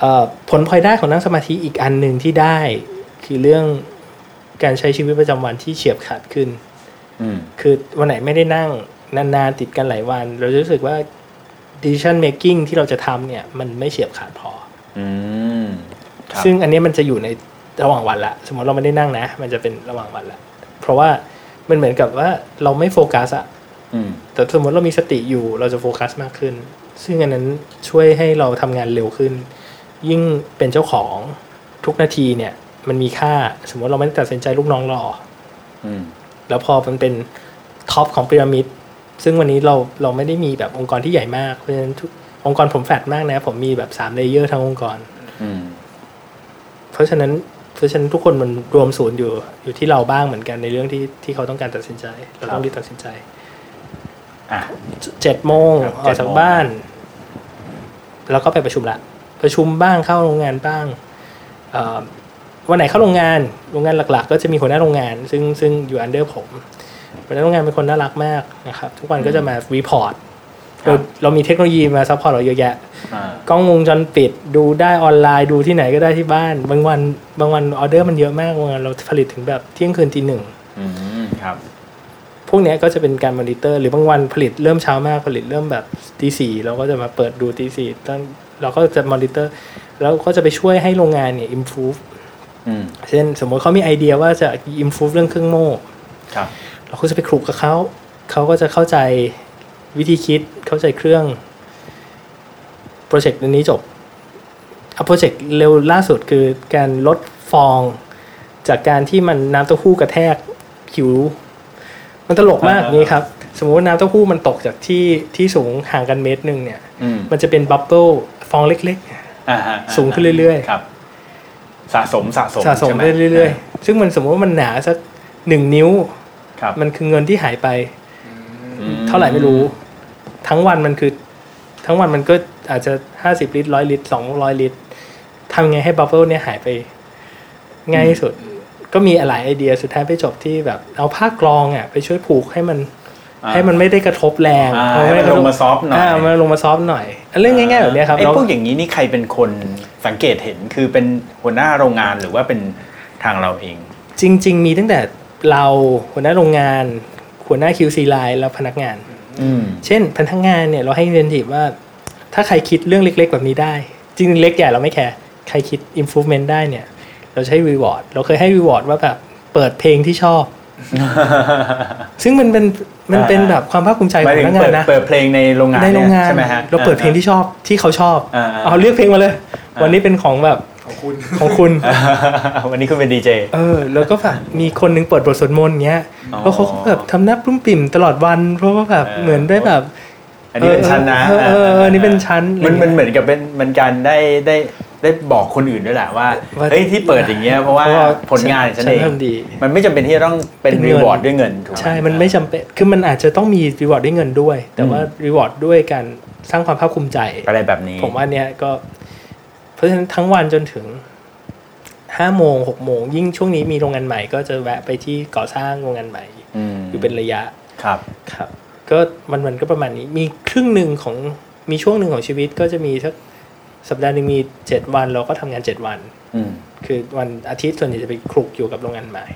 Speaker 4: เอ่อผลพลอยได้ของนั่งสมาธิอีกอันหนึ่งที่ได้ คือเรื่องการใช้ชีวิตประจำวันที่เฉียบขาดขึ้น
Speaker 2: อืม
Speaker 4: คือวันไหนไม่ได้นั่งนานๆติดกันหลายวัน เราจะรู้สึกว่า decision making ที่เราจะทำเนี่ย มันไม่เฉียบขาดพอ
Speaker 2: อืมครับ
Speaker 4: ซึ่งอันเนี้ยมันจะอยู่ในระหว่างวันละ สมมติเราไม่ได้นั่งนะ มันจะเป็นระหว่างวันละเพราะว่ามันเหมือนกับว่าเราไม่โฟกัสอะ
Speaker 2: อืม
Speaker 4: แต่สมมติเรามีสติอยู่เราจะโฟกัสมากขึ้น ซึ่งอันนั้นช่วยให้เราทำงานเร็วขึ้น ยิ่งเป็นเจ้าของทุกนาทีเนี่ย มันมีค่าสมมติเราไม่ได้ตัดสินใจลูกน้องเราออก
Speaker 2: อืม
Speaker 4: แล้วพอมันเป็นท็อปของพีระมิด ซึ่งวันนี้เราเราไม่ได้มีแบบองค์กรที่ใหญ่มาก เพราะฉะนั้นทุกองค์กรผมแฟดมากนะ ผมมีแบบ3ามเลเยอร์ทั้งองค์กร
Speaker 2: อืม
Speaker 4: เพราะฉะนั้นเพราะฉะนั้นทุกคนมันรวมศูนย์อยู่อยู่ที่เราบ้างเหมือนกันในเรื่องที่ที่เขาต้องการตัดสินใจ เราต้องรีบตัดสินใจ
Speaker 2: อ่ะ
Speaker 4: เจ็ดโมง
Speaker 2: ครับ
Speaker 4: ออกจาก
Speaker 2: 7
Speaker 4: บ้าน แล้วก็ไปประชุมละ ประชุมบ้างเข้าโรงงานบ้างเอ่อวันไหนเข้าโรงงานโรงงานหลัก ๆ ก็จะมีหัวหน้าโรงงาน ซึ่งซึ่งอยู่อันเดอร์ผมหัวหน้าโรงงานเป็นคนน่ารักมากนะครับทุกวันก็จะมารีพอร์ต
Speaker 2: ครั
Speaker 4: เรา
Speaker 2: บ
Speaker 4: เรามีเทคโนโลยีมาซัพพอร์ตเราเยอะแยะ
Speaker 2: อ่าก
Speaker 4: ล้องวงจรปิดดูได้ออนไลน์ดูที่ไหนก็ได้ที่บ้าน บางวันบางวันออเดอร์มันเยอะมากบางวันเราผลิตถึงแบบเที่ยงคืนตีหนึ่ง
Speaker 2: อืม ครับ
Speaker 4: พวกเนี้ยก็จะเป็นการมอนิเตอร์ หรือบางวันผลิตเริ่มเช้ามากผลิตเริ่มแบบตีสี่เราก็จะมาเปิดดูตีสี่ตั้งเราก็จะมอนิเตอร์ แล้วก็จะไปช่วยให้โรงงานเนี่ย improve
Speaker 2: อืม
Speaker 4: เช่นสมมติเขามีไอเดียว่าจะ improve เรื่องเครื่องโม่
Speaker 2: ครับ
Speaker 4: เราก็จะไปคลุกกับเขา เขาก็จะเข้าใจวิธีคิด เข้าใจเครื่อง โปรเจกต์นี้จบเอาโปรเจกต์เร็วล่าสุดคือการลดฟอง จากการที่มันน้ำเต้าหู้กระแทกผิว มันตลกมาก
Speaker 2: อ่า
Speaker 4: นี่ครับ สมมติว่าน้ำเต้าหู้มันตกจากที่ที่สูงห่างกันเมตรหนึ่งเนี่ย
Speaker 2: อืม
Speaker 4: มันจะเป็นบับเบิลฟองเล็ก
Speaker 2: อ่าฮะ
Speaker 4: สูงขึ้นเรื่อยๆ
Speaker 2: ครับ สะสมสะสม
Speaker 4: ๆ สะสม
Speaker 2: ใช่ไห
Speaker 4: ไปเรื่อยๆ ซึ่งมันสมมติว่ามันหนาสักหนึ่งนิ้ว
Speaker 2: ครับ
Speaker 4: มันคือเงินที่หายไป
Speaker 2: อื
Speaker 4: เท่าไหร่ไม่รู้ ทั้งวันมันคือ ทั้งวันมันก็อาจจะห้าสิบลิตรร้อยลิตรสองร้อยลิตรทำไงให้บับเบิลเนี่ยหายไป ง่ายที่สุด ก็มีหลายไอเดียสุดท้ายไปจบที่แบบ เอาผ้ากรองอ่ะไปช่วยผูกให้มัน
Speaker 2: อ่า
Speaker 4: ให้มันไม่ได้กระทบแรง
Speaker 2: อ่า
Speaker 4: เอ
Speaker 2: ให้มัน
Speaker 4: ไกระ
Speaker 2: ล
Speaker 4: ท
Speaker 2: ง
Speaker 4: บ
Speaker 2: มาซอฟต์หน่อย
Speaker 4: อ่ามันลงมาซอฟต์หน่อยเรื่องง่ายๆแบบเนี้ยครับ
Speaker 2: ไอ้
Speaker 4: เรา
Speaker 2: พวกอย่างนี้นี่ใครเป็นคนสังเกตเห็นคือเป็นหัวหน้าโรงงานหรือว่าเป็นทางเราเอง
Speaker 4: จริง ๆ มีตั้งแต่เราหัวหน้าโรงงานหัวหน้า QC line แล้วพนักงาน
Speaker 2: อืม
Speaker 4: เช่นพนักงานเนี่ยเราให้ incentive ว่า ถ้าใครคิดเรื่องเล็กๆ แบบนี้ได้ จริงๆเล็กใหญ่เราไม่แคร์ใครคิด improvement ได้เนี่ย เราจะให้ reward เราเคยให้ reward ว่าแบบเปิดเพลงที่ชอบ ซึ่งมันเป็นมันเป็น
Speaker 2: อ่า
Speaker 4: แบบความภาคภูมิใจข
Speaker 2: ห
Speaker 4: อ
Speaker 2: มาย
Speaker 4: ง
Speaker 2: ถึ
Speaker 4: พ
Speaker 2: ง
Speaker 4: นักงา
Speaker 2: เปิ
Speaker 4: น
Speaker 2: ด
Speaker 4: นะ
Speaker 2: เปิดเพลงในโรงงาน
Speaker 4: ใน
Speaker 2: เย
Speaker 4: โรงงาน
Speaker 2: ใช่ไหมฮะ
Speaker 4: เราเปิดเพลงที่ชอบที่เขาชอบ
Speaker 2: อ่าๆ
Speaker 4: เอาเลือกเพลงมาเลย วันนี้เป็นของแบบ
Speaker 1: ของคุณ
Speaker 4: ของคุณ
Speaker 2: อ่าวันนี้คุณเป็นดีเจ
Speaker 4: เออแล้วก็แบบมีคนหนึงเปิดบทสวดมนต์เงี้ย
Speaker 2: อ๋อ
Speaker 4: แล้วเขาก็แบบทำหน้าปลุ้มปิ่มตลอดวัน เพราะว่าแบบ
Speaker 2: เออ
Speaker 4: เหมือนได้แบบ
Speaker 2: อันนี้เป็นชั้นนะ
Speaker 4: เออเออเออเออนี่เป็นชั้น
Speaker 2: มันมันเหมือนกับเป็นมันการได้ได้ได้บอกคนอื่นด้วยแหละว่า
Speaker 4: ว่า
Speaker 2: เฮ้ยที่เปิดอย่างเงี้ยเพราะว่า
Speaker 4: เพราะว่า
Speaker 2: ผลงาน
Speaker 4: ฉั
Speaker 2: ฉั
Speaker 4: น
Speaker 2: นเอง
Speaker 4: ทำดี
Speaker 2: มันไม่จำเป็นที่จะต้องเป็น
Speaker 4: เป็นเงิ
Speaker 2: รี
Speaker 4: น
Speaker 2: วอร์ดด้วยเงินถูกห
Speaker 4: ใช่ มันไม่จำเป็น คือมันอาจจะต้องมีรีวอร์ดด้วยเงินด้วย แต่ว่ารีวอร์ดด้วยการสร้างความภาคภูมิใจ
Speaker 2: อะไรแบบนี้
Speaker 4: ผมว่าเนี้ยก็ เพราะฉะนั้นทั้งวันจนถึงห้าโมงหกโมง ยิ่งช่วงนี้มีโรงงานใหม่ ก็จะแวะไปที่ก่อสร้างโรงงานใหม่
Speaker 2: อืม
Speaker 4: อยู่เป็นระยะ
Speaker 2: ครับ
Speaker 4: ครับ ก็มันมันๆก็ประมาณนี้ มีครึ่งหนึ่งของมีช่วงหนึ่งของชีวิตก็จะมีสักสัปดาห์หนึ่งมีเจ็ดวัน เราก็ทำงานเจ็ดวัน
Speaker 2: อืม
Speaker 4: คือวันอาทิตย์ส่วนใหญ่จะไปคลุกอยู่กับโรงงานใหม่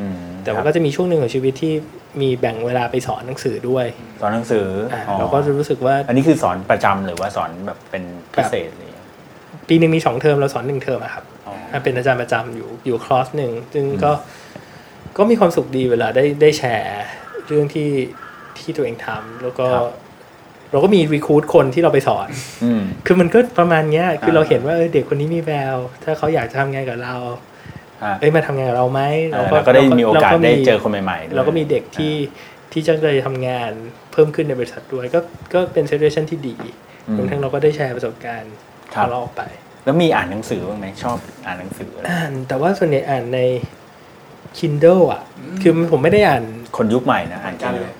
Speaker 2: อืม
Speaker 4: แต่ว่าก็จะมีช่วงหนึ่งของชีวิตที่ มีแบ่งเวลาไปสอนหนังสือด้วย
Speaker 2: สอนหนังสือ
Speaker 4: อ่ะ
Speaker 2: อ๋อ
Speaker 4: เราก็จะรู้สึกว่า
Speaker 2: อันนี้คือสอนประจำหรือว่าสอนแบบเป็นพิเศษเลยาง
Speaker 4: ปีหนึ่งมีสองเทอมเราสอนหนึ่งเทอมอะครับ
Speaker 2: อ๋อ
Speaker 4: เป็นอาจารย์ประจำอยู่อยู่คลอสหนึ่งซึ่งก็ก็มีความสุขดีเวลาได้ได้แชร์เรื่องที่ที่ตัวเองทำแล้วก็ เราก็มีรีคูดคนที่เราไปสอน
Speaker 2: อืม
Speaker 4: คือมันก็ประมาณเนี้ยคือ
Speaker 2: อ่า
Speaker 4: เราเห็นว่าเออเด็กคนนี้มีแววถ้าเขาอยากจะทำงานกับเรา
Speaker 2: อ่ะ
Speaker 4: เอ้ยมาทำงานกับเราไหม
Speaker 2: เออแล้วก็ได้มีโอกาส
Speaker 4: ร
Speaker 2: ได้เจอคนใหม่ๆด้วย
Speaker 4: เราก็มีเด็กที่ที่จะได้ทำงานเพิ่มขึ้นในบริษัทด้วย ก็ก็เป็นเซอร์เรชันที่ดี
Speaker 2: อืม
Speaker 4: รวมทั้งเราก็ได้แชร์ประสบการณ์
Speaker 2: ครับ
Speaker 4: ของเราออกไป
Speaker 2: แล้วมีอ่านหนังสือบ้างไหมชอบอ่านหนังสืออะไร
Speaker 4: อ่านแต่ว่าส่วนใหญ่อ่านใน Kindle อ่ะ คือผมไม่ได้อ่าน
Speaker 2: คนยุคใหม่นะอ่านกันเลย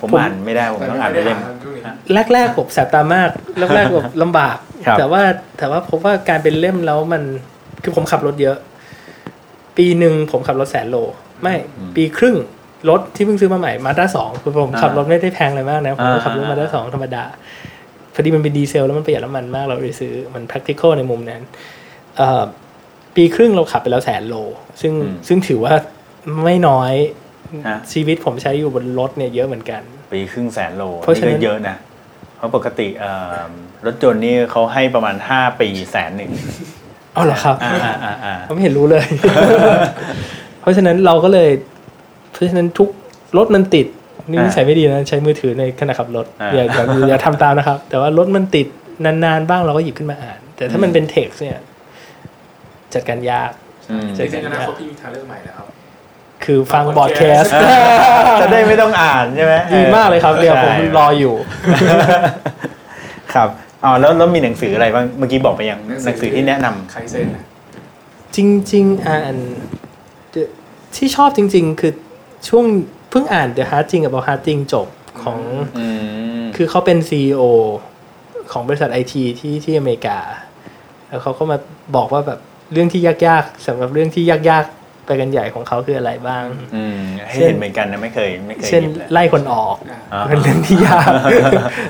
Speaker 2: ผมอ่านไม่ได้ผมต้องอ่านไปเล่ม
Speaker 4: แรกๆผมแสบตามาก แรกๆผม ลำบาก
Speaker 2: ครับ
Speaker 4: แต่ว่าแต่ว่าพบว่าการเป็นเล่มแล้วมันคือผมขับรถเยอะ ปีหนึ่งผมขับรถแสนโล ไม่ปีครึ่งรถที่เพิ่งซื้อมาใหม่มาด้าสองคือผมขับรถไม่ได้แพงเลยมากนะ ผมก็ขับรถมาด้าสองธรรมดา พอดีมันเป็นดีเซลแล้วมันประหยัดน้ำมันมากเราเลยซื้อมัน practical ในมุมนั้นเอ่อปีครึ่งเราขับไปแล้วแสนโล ซึ่ง
Speaker 2: อืม
Speaker 4: ซึ่งถือว่าไม่น้อย
Speaker 2: ฮะ
Speaker 4: ชีวิตผมใช้อยู่บนรถเนี่ยเยอะเหมือนกัน
Speaker 2: ปีครึ่งแสนโล
Speaker 4: เพราะฉะนั้
Speaker 2: นี่
Speaker 4: น
Speaker 2: ก็เยอะนะ เพราะปกติเอ่อรถยนต์นี่เขาให้ประมาณ 5 ปีแสนหนึ่ง
Speaker 4: เอาเหรอครับ
Speaker 2: อ่าอ่าอ่าอ่า
Speaker 4: ผมไม่เห็นรู้เลย เพราะฉะนั้นเราก็เลย เพราะฉะนั้นทุกรถมันติดนี่นิสัยไม่ดีนะใช้มือถือในขณะขับรถอย่าอย่าอย่าอย่าทำตามนะครับ แต่ว่ารถมันติดนานๆบ้างเราก็หยิบขึ้นมาอ่าน แต่ถ้ามันเป็นเท็กซ์เนี่ย จัดการยาก
Speaker 2: อืม
Speaker 4: จ
Speaker 1: จริงๆอนาคตพี่มีทางเลือกใหม่แล้วครับ
Speaker 4: คือฟังบอดแคส ต์
Speaker 2: จะได้ไม่ต้องอ่านใช่ไหม
Speaker 4: ดีมากเลยครับเดี๋ยวผม
Speaker 2: ใช่
Speaker 4: รออยู่
Speaker 2: ครับอ๋อแล้วแล้วมีหนังสืออะไรบ้างเมื่อกี้บอกไปยัง
Speaker 1: หนังสือ
Speaker 2: หนังสือที่แนะนำ
Speaker 1: ใครเซ็นนะ
Speaker 4: จริง ๆ อ่านที่ชอบจริง ๆ คือช่วงเพิ่งอ่าน The Hard Thing กับ The Hard Thing จบของ
Speaker 2: อืม
Speaker 4: คือเขาเป็น CEO ของบริษัทไอทีที่ที่อเมริกา แล้วเขาก็มาบอกว่าแบบเรื่องที่ยากๆสำหรับเรื่องที่ยากๆ ไปกันใหญ่ของเขาคืออะไรบ้าง
Speaker 2: อืมให้
Speaker 4: เช่
Speaker 2: เห็น
Speaker 4: น
Speaker 2: เหมือนกันนะไม่เคยไม่เคย
Speaker 4: เช่น
Speaker 2: หยิบเลย
Speaker 4: ไล่คนออก
Speaker 1: อ่า
Speaker 2: อ๋อ
Speaker 4: เป็นเรื่องที่ยาก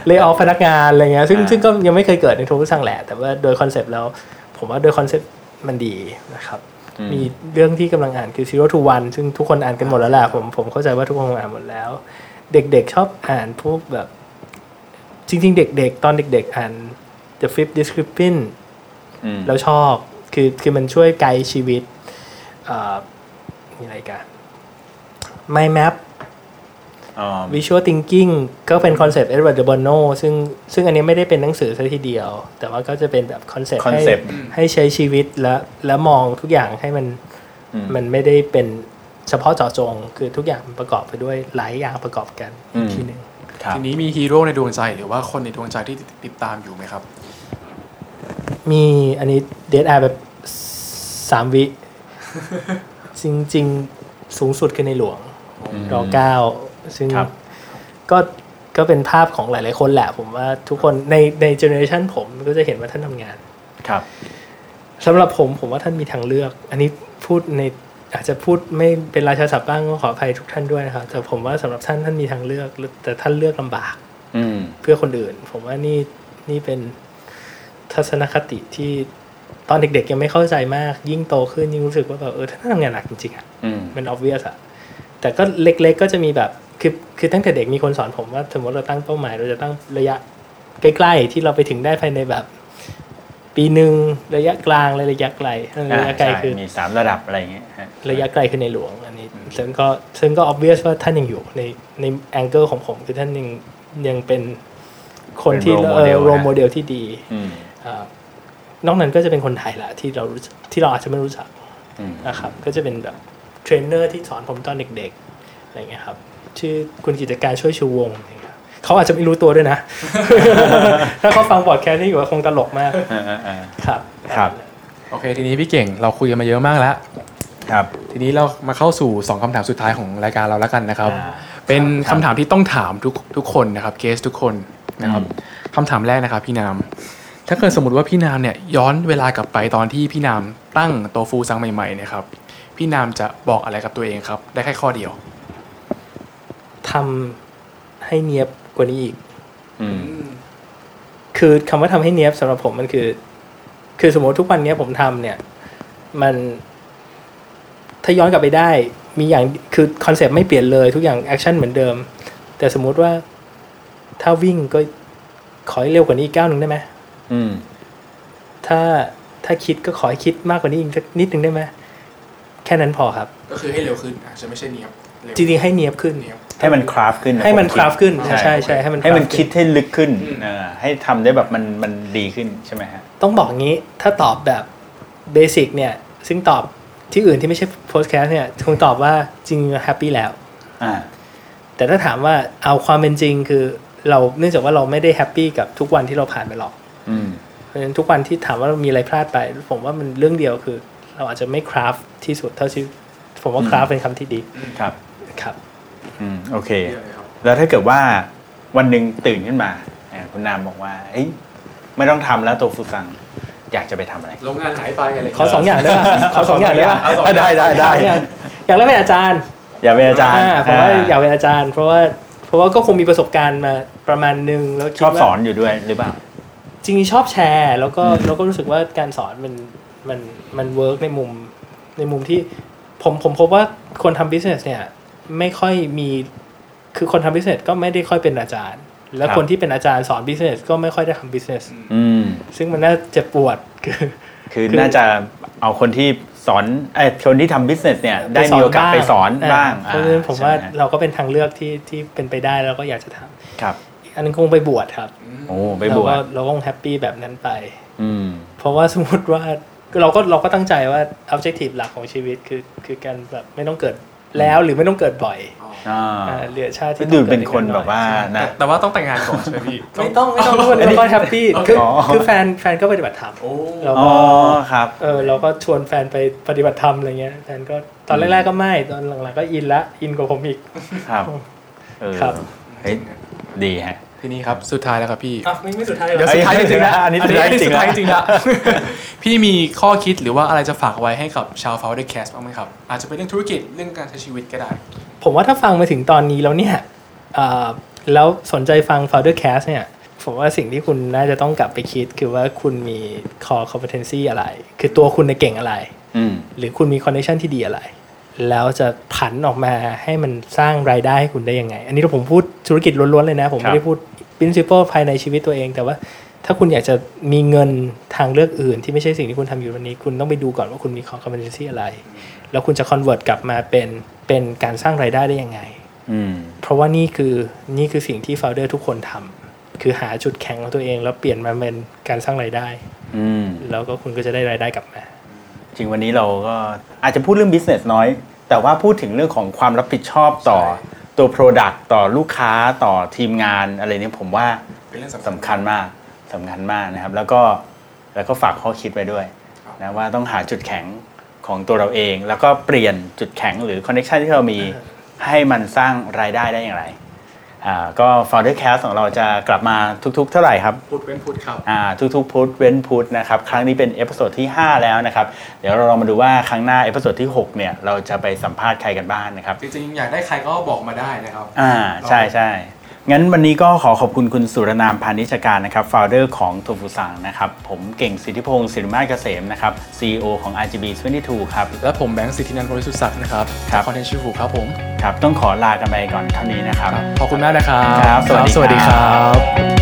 Speaker 4: เล y o อ f พนักงานอะไรเงี้ยซึ่ง
Speaker 2: อ่า
Speaker 4: ซึ่งก็ยังไม่เคยเกิดในทูตสั่งแหละ แต่ว่าโดยคอนเซปต์แล้ว ผมว่าโดยคอนเซปต์มันดีนะครับ มีเรื่องที่กำลังอ่านคือ zero to one ซึ่งทุกคนอ่านกันหมดแล้วแหละผมผมเข้าใจว่าทุกคนอ่านหมดแล้ว เด็กๆชอบอ่านพวกแบบ จริง ๆ เด็กๆ ตอนเด็ก ๆ อ่าน the fifth description
Speaker 2: อืม
Speaker 4: แล้วชอบคือคือมันช่วยไกด์ชีวิตเอ่อมีอะไรอีกัน mind map
Speaker 2: อ๋อ
Speaker 4: Visual Thinking ก็เป็นคอนเซปต์ Edward de Bono ซึ่งซึ่งอันนี้ไม่ได้เป็นหนังสือซะทีเดียว แต่ว่าก็จะเป็นแบบคอนเซปต์ให้
Speaker 2: concept
Speaker 4: ให้ใช้ชีวิตและและมองทุกอย่างให้มัน
Speaker 2: อืม
Speaker 4: มันไม่ได้เป็นเฉพาะเจาะจง คือทุกอย่างมันประกอบไปด้วยหลายอย่างประกอบกันอีกทีหนึ่ง
Speaker 2: ครับ
Speaker 3: ทีนี้มีฮีโร่ในดวงใจหรือว่าคนในดวงใจที่ติดตามอยู่ไหมครับ
Speaker 4: มีอันนี้เดทแอร์แบบสามวิ จริง ๆ สูงสุดคือในหลวง รอ
Speaker 2: อืม
Speaker 4: เก้าซึ่ง
Speaker 2: ครับ
Speaker 4: ก็ก็เป็นภาพของหลาย ๆ คนแหละ ผมว่าทุกคนในในเจเนอเรชันผมก็จะเห็นว่าท่านทำงาน
Speaker 2: ครับ
Speaker 4: สำหรับผมผมว่าท่านมีทางเลือก อันนี้พูดในอาจจะพูดไม่เป็นราชาศัพท์บ้างก็ขออภัยทุกท่านด้วยนะครับแต่ผมว่าสำหรับท่านท่านมีทางเลือกแต่ท่านเลือกลำบาก
Speaker 2: อืม
Speaker 4: เพื่อคนอื่น ผมว่านี่นี่เป็นทัศนคติที่ตอนเด็ก ๆ ยังไม่เข้าใจมาก ยิ่งโตขึ้นยิ่งรู้สึกว่าแบบเออท่านทำงานหนักจริงๆอะ
Speaker 2: อืม
Speaker 4: มัน obvious อะแต่ก็เล็กๆก็จะมีแบบ คือ คือตั้งแต่เด็กมีคนสอนผมว่า สมมติเราตั้งเป้าหมาย เราจะตั้งระยะใกล้ๆ ที่เราไปถึงได้ภายในแบบ ปีหนึ่งระยะกลางและระยะไกลเออระยะไกล
Speaker 2: อ่าใช่
Speaker 4: คือ
Speaker 2: มีสามระดับอะไรอย่างเงี้ยฮะ
Speaker 4: ระยะไกลคือในหลวง อันนี้ ซึ่งก็ ซึ่งก็ obvious ว่าท่านยังอยู่ใน ในแองเกิลของผม คือท่านยัง ยังเป็นคนที่เออโรโมเดลที่ดี
Speaker 2: อืม
Speaker 4: อ่านอกนั้นก็จะเป็นคนไทยละที่เรารู้จักที่เราอาจจะไม่รู้จัก
Speaker 2: อืม
Speaker 4: นะครับก็จะเป็นแบบเทรนเนอร์ที่สอนผมตอนเด็กๆอะไรเงี้ยครับชื่อคุณกิจการช่วยชูวงศ์อะไรเงี้ยครับเขาอาจจะไม่รู้ตัวด้วยนะ ถ้าเขาฟังบอดแคสต์นี่อยู่ก็คงตลกมาก
Speaker 2: อ่าอ่าอ่า
Speaker 4: ครับ
Speaker 2: ครับ
Speaker 3: โอเค ทีนี้พี่เก่งเราคุยกันมาเยอะมากแล้ว
Speaker 2: ครับ
Speaker 3: ทีนี้เรามาเข้าสู่ 2คำถามสุดท้ายของรายการเราแล้วกันนะครับ
Speaker 2: อ่า
Speaker 3: เป็นคำถามที่ต้องถามทุกทุกคนนะครับเกสทุกคนนะครับ
Speaker 2: อืม
Speaker 3: คำถามแรกนะครับพี่นาม ถ้าเกิดสมมติว่าพี่นามเนี่ยย้อนเวลากลับไปตอนที่พี่นามตั้งโตฟูซังใหม่ๆเนะครับ พี่นามจะบอกอะไรกับตัวเองครับ ได้แค่ข้อเดียว
Speaker 4: ทำให้เนียบกว่านี้อีก
Speaker 2: อืม
Speaker 4: คือคำว่าทำให้เนียบสำหรับผมมันคือ คือสมมติทุกวันเนี้ยผมทำเนี่ย มันถ้าย้อนกลับไปได้ มีอย่างคือคอนเซปต์ไม่เปลี่ยนเลย ทุกอย่างแอคชั่นเหมือนเดิม แต่สมมุติว่าถ้าวิ่งก็ขอให้เร็วกว่านี้อีกก้าวหนึ่งได้ไหม
Speaker 2: อืม
Speaker 4: ถ้าถ้าคิดก็ขอให้คิดมากกว่านี้อีกสักนิดหนึ่งได้ไหมแค่นั้นพอครับ
Speaker 3: ก็คือให้เร็วขึ้นอาจจะไม่ใช่เนียบเร็ว
Speaker 4: จริงๆให้เนียบขึ้น
Speaker 3: เนียบ
Speaker 2: ให้มันคราฟขึ้น
Speaker 4: ให้มันคราฟขึ้น
Speaker 2: ใช่
Speaker 4: ใช่ใช่ให้มัน
Speaker 2: ให้มัน
Speaker 4: craft
Speaker 2: คิดให้ลึกขึ้น
Speaker 3: อืม
Speaker 2: เออให้ทำได้แบบมันมันดีขึ้นใช่ไหมฮะ
Speaker 4: ต้องบอกงี้ถ้าตอบแบบเบสิกเนี่ย ซึ่งตอบที่อื่นที่ไม่ใช่โพสแคสเนี่ย คงตอบว่าจริงแฮปปี้แล้ว
Speaker 2: อ่า
Speaker 4: แต่ถ้าถามว่าเอาความเป็นจริงคือเราเนื่องจากว่าเราไม่ได้แฮปปี้กับทุกวันที่เราผ่านไปหรอก
Speaker 2: อืม
Speaker 4: เพราะฉะนั้นทุกวันที่ถามว่ามีอะไรพลาดไป ผมว่ามันเรื่องเดียวคือ เราอาจจะไม่คราฟที่สุดเท่าที่ผมว่า
Speaker 2: อืม
Speaker 4: คราฟเป็นคำที่ดี
Speaker 2: ครับ
Speaker 4: ครับ
Speaker 2: อืม โอเค
Speaker 3: เยอะเลยครับ
Speaker 2: แล้วถ้าเกิดว่าวันหนึ่งตื่นขึ้นมาเอ่อคุณนามบอกว่าเอ้ยไม่ต้องทำแล้วตัวฟูซัง อยากจะไปทำอะไร
Speaker 3: โรงงานหายไปอะไร
Speaker 4: ขอสองอย่างได้ป่ะ ขอสองอย่างได้ป่ะ
Speaker 2: เอาสองอย่างได้ได้
Speaker 4: ขอสองอย่างอย่างแรกเป็นอาจารย์
Speaker 2: อย่าเป็นอาจารย์
Speaker 4: อ่าผมว่าอยากเป็นอาจารย์ เพราะว่าเพราะว่าก็คงมีประสบการณ์มาประมาณหนึงแล้วคิด
Speaker 2: ชอบ
Speaker 4: ว่า
Speaker 2: สอนอยู่ด้วยหรือเปล่า
Speaker 4: จริงๆชอบแชร์แล้วก็
Speaker 2: อืม
Speaker 4: แล้วก็รู้สึกว่าการสอนมันมันมันเวิร์กในมุมในมุมที่ผมผมพบว่าคนทำ business เนี่ยไม่ค่อยมีคือคนทำ business ก็ไม่ได้ค่อยเป็นอาจารย์ และคนที่เป็นอาจารย์สอน business ก็ไม่ค่อยได้ทำ business
Speaker 2: อืม
Speaker 4: ซึ่งมันน่าเจ็บปวด คือ
Speaker 2: คือ
Speaker 4: คือ
Speaker 2: น่าจะเอาคนที่สอนเอ้ยคนที่ทำบิสเนสเนี่ย ได้มีโอกาสไปสอนบ้าง
Speaker 4: เพราะฉะนั้นผมว่า
Speaker 2: ใช่ไหฮะ
Speaker 4: เราก็เป็นทางเลือกที่ที่เป็นไปได้แล้วก็อยากจะท
Speaker 2: ครับ
Speaker 4: ำอีกอันนึงคงไปบวชครับ
Speaker 2: โอ้ไปบวช
Speaker 4: เราก็เราก็คงแฮปปี้แบบนั้นไป
Speaker 2: อืม
Speaker 4: เพราะว่าสมมติว่า เราก็เราก็ตั้งใจว่า objective หลักของชีวิตคือคือการแบบไม่ต้องเกิดแล้วหรือไม่ต้องเกิดบ่อย
Speaker 2: อ่า
Speaker 4: อ่าเหลือชาติที่
Speaker 2: ก็ดูเป็นคน
Speaker 4: ต้องกิด
Speaker 2: แบบว่า
Speaker 3: แต่
Speaker 2: นะ
Speaker 3: แต่ว่าต้องแต่งงานก่อนใช่ไหมพี่
Speaker 4: ไม่ต้องไม่ต้องไม่ต้องแล้วก็แฮปปี้คือ
Speaker 2: อ๋อ
Speaker 4: คือแฟนแฟนก็ปฏิบัติธรรม
Speaker 3: โอ้
Speaker 4: เรา
Speaker 2: อ๋อ
Speaker 4: ก็
Speaker 2: ครับ
Speaker 4: เออเราก็ชวนแฟนไปปฏิบัติธรรมอะไรเงี้ยแฟนก็ตอนแรกๆก็ไม่ตอนหลังๆก็อินละอินกว่าผมอีก
Speaker 2: ครับเออ
Speaker 4: ครับ
Speaker 2: เฮ้ยดีฮะ
Speaker 3: ทีนี้ครับ สุดท้ายแล้วครับพี่
Speaker 4: อ่ะไม่ไม่สุดท้าย
Speaker 3: เดี๋ยว
Speaker 4: แล้ว
Speaker 3: สุดท้ายจริงๆนะ
Speaker 2: อันนี้สุดท้ายจริงๆนะ
Speaker 3: อันนี้สุดท้ายจริงๆนะ พี่มีข้อคิดหรือว่าอะไรจะฝากไว้ให้กับชาวฟาวเดอร์แคสบ้างไหมครับ อาจจะเป็นเรื่องธุรกิจเรื่องการใช้ชีวิตก็ได้
Speaker 4: ผมว่าถ้าฟังมาถึงตอนนี้แล้วเนี่ยอ่าแล้วสนใจฟัง Founder Cast เนี่ยผมว่าสิ่งที่คุณน่าจะต้องกลับไปคิด คือว่าคุณมี core competency อะไร คือตัวคุณน่ะเก่งอะไร
Speaker 2: อืม
Speaker 4: หรือคุณมีคอนเนคชันที่ดีอะไร แล้วจะผันออกมาให้มันสร้างรายได้ให้คุณได้ยังไง อันนี้ผมพูดธุรกิจล้วนๆเลยนะ ผม
Speaker 2: ครับ
Speaker 4: ไม่ได้พูด principle ภายในชีวิตตัวเอง แต่ว่าถ้าคุณอยากจะมีเงินทางเลือกอื่น ที่ไม่ใช่สิ่งที่คุณทำอยู่วันนี้ คุณต้องไปดูก่อนว่าคุณมี core competency อะไร แล้วคุณจะ convert กลับมาเป็นเป็นการสร้างรายได้ได้ยังไง
Speaker 2: อืม
Speaker 4: เพราะว่านี่คือนี่คือสิ่งที่ founder ทุกคนทำคือหาจุดแข็งของตัวเอง แล้วเปลี่ยนมาเป็นการสร้างรายได้
Speaker 2: อืม
Speaker 4: แล้วก็คุณก็จะได้รายได้กลับมา
Speaker 2: จริงวันนี้เราก็อาจจะพูดเรื่อง business น้อย แต่ว่าพูดถึงเรื่องของความรับผิดชอบต่อ
Speaker 3: ใช่
Speaker 2: ตัว Product ต่อลูกค้าต่อทีมงานอะไรเนี่ยผมว่า
Speaker 3: เป็นเรื่องสำคัญ
Speaker 2: สำคัญมากสำคัญมากนะครับ แล้วก็แล้วก็ฝากข้อคิดไว้ด้วย
Speaker 3: ครับ
Speaker 2: นะว่าต้องหาจุดแข็งของตัวเราเอง แล้วก็เปลี่ยนจุดแข็งหรือคอนเน t ชันที่เรามีให้มันสร้างรายได้ได้อย่างไรอ่าก็ Founder Cast ของเราจะกลับมาทุกๆ เท่าไหร่ครับ
Speaker 3: พูดเว้นพูดครับ
Speaker 2: อ่าทุกๆพุธเว้นพุธนะครับครั้งนี้เป็นเอพิโซดที่ 5 แล้วนะครับ เดี๋ยวเราลองมาดูว่าครั้งหน้าเอพิโซดที่ 6 เนี่ย เราจะไปสัมภาษณ์ใครกันบ้างนะครับ
Speaker 3: จริงๆ อยากได้ใครก็บอกมาได้นะครับ
Speaker 2: อ่าใช่ใช่งั้นวันนี้ก็ขอขอบคุณคุณสุรนามพานิชการนะครับ f o u เดอร์ของโทฟูซังนะครับ ผมเก่งสิทธิพงศ์สิริมาศเกษมนะครับ CEO ของ RGB 22ครับ
Speaker 3: และผมแบงค์สิทธินันท์บริสุทธิ์ศักดิ์นะครับ
Speaker 2: ครับ
Speaker 3: คอนเทนต์ชิฟูครับผม
Speaker 2: ครับ ต้องขอลากันไปก่อนเท่านี้นะครับ
Speaker 3: ขอบคุณมากนะครับ
Speaker 2: ครับสวัสดีครับ
Speaker 3: สวัสดีครับ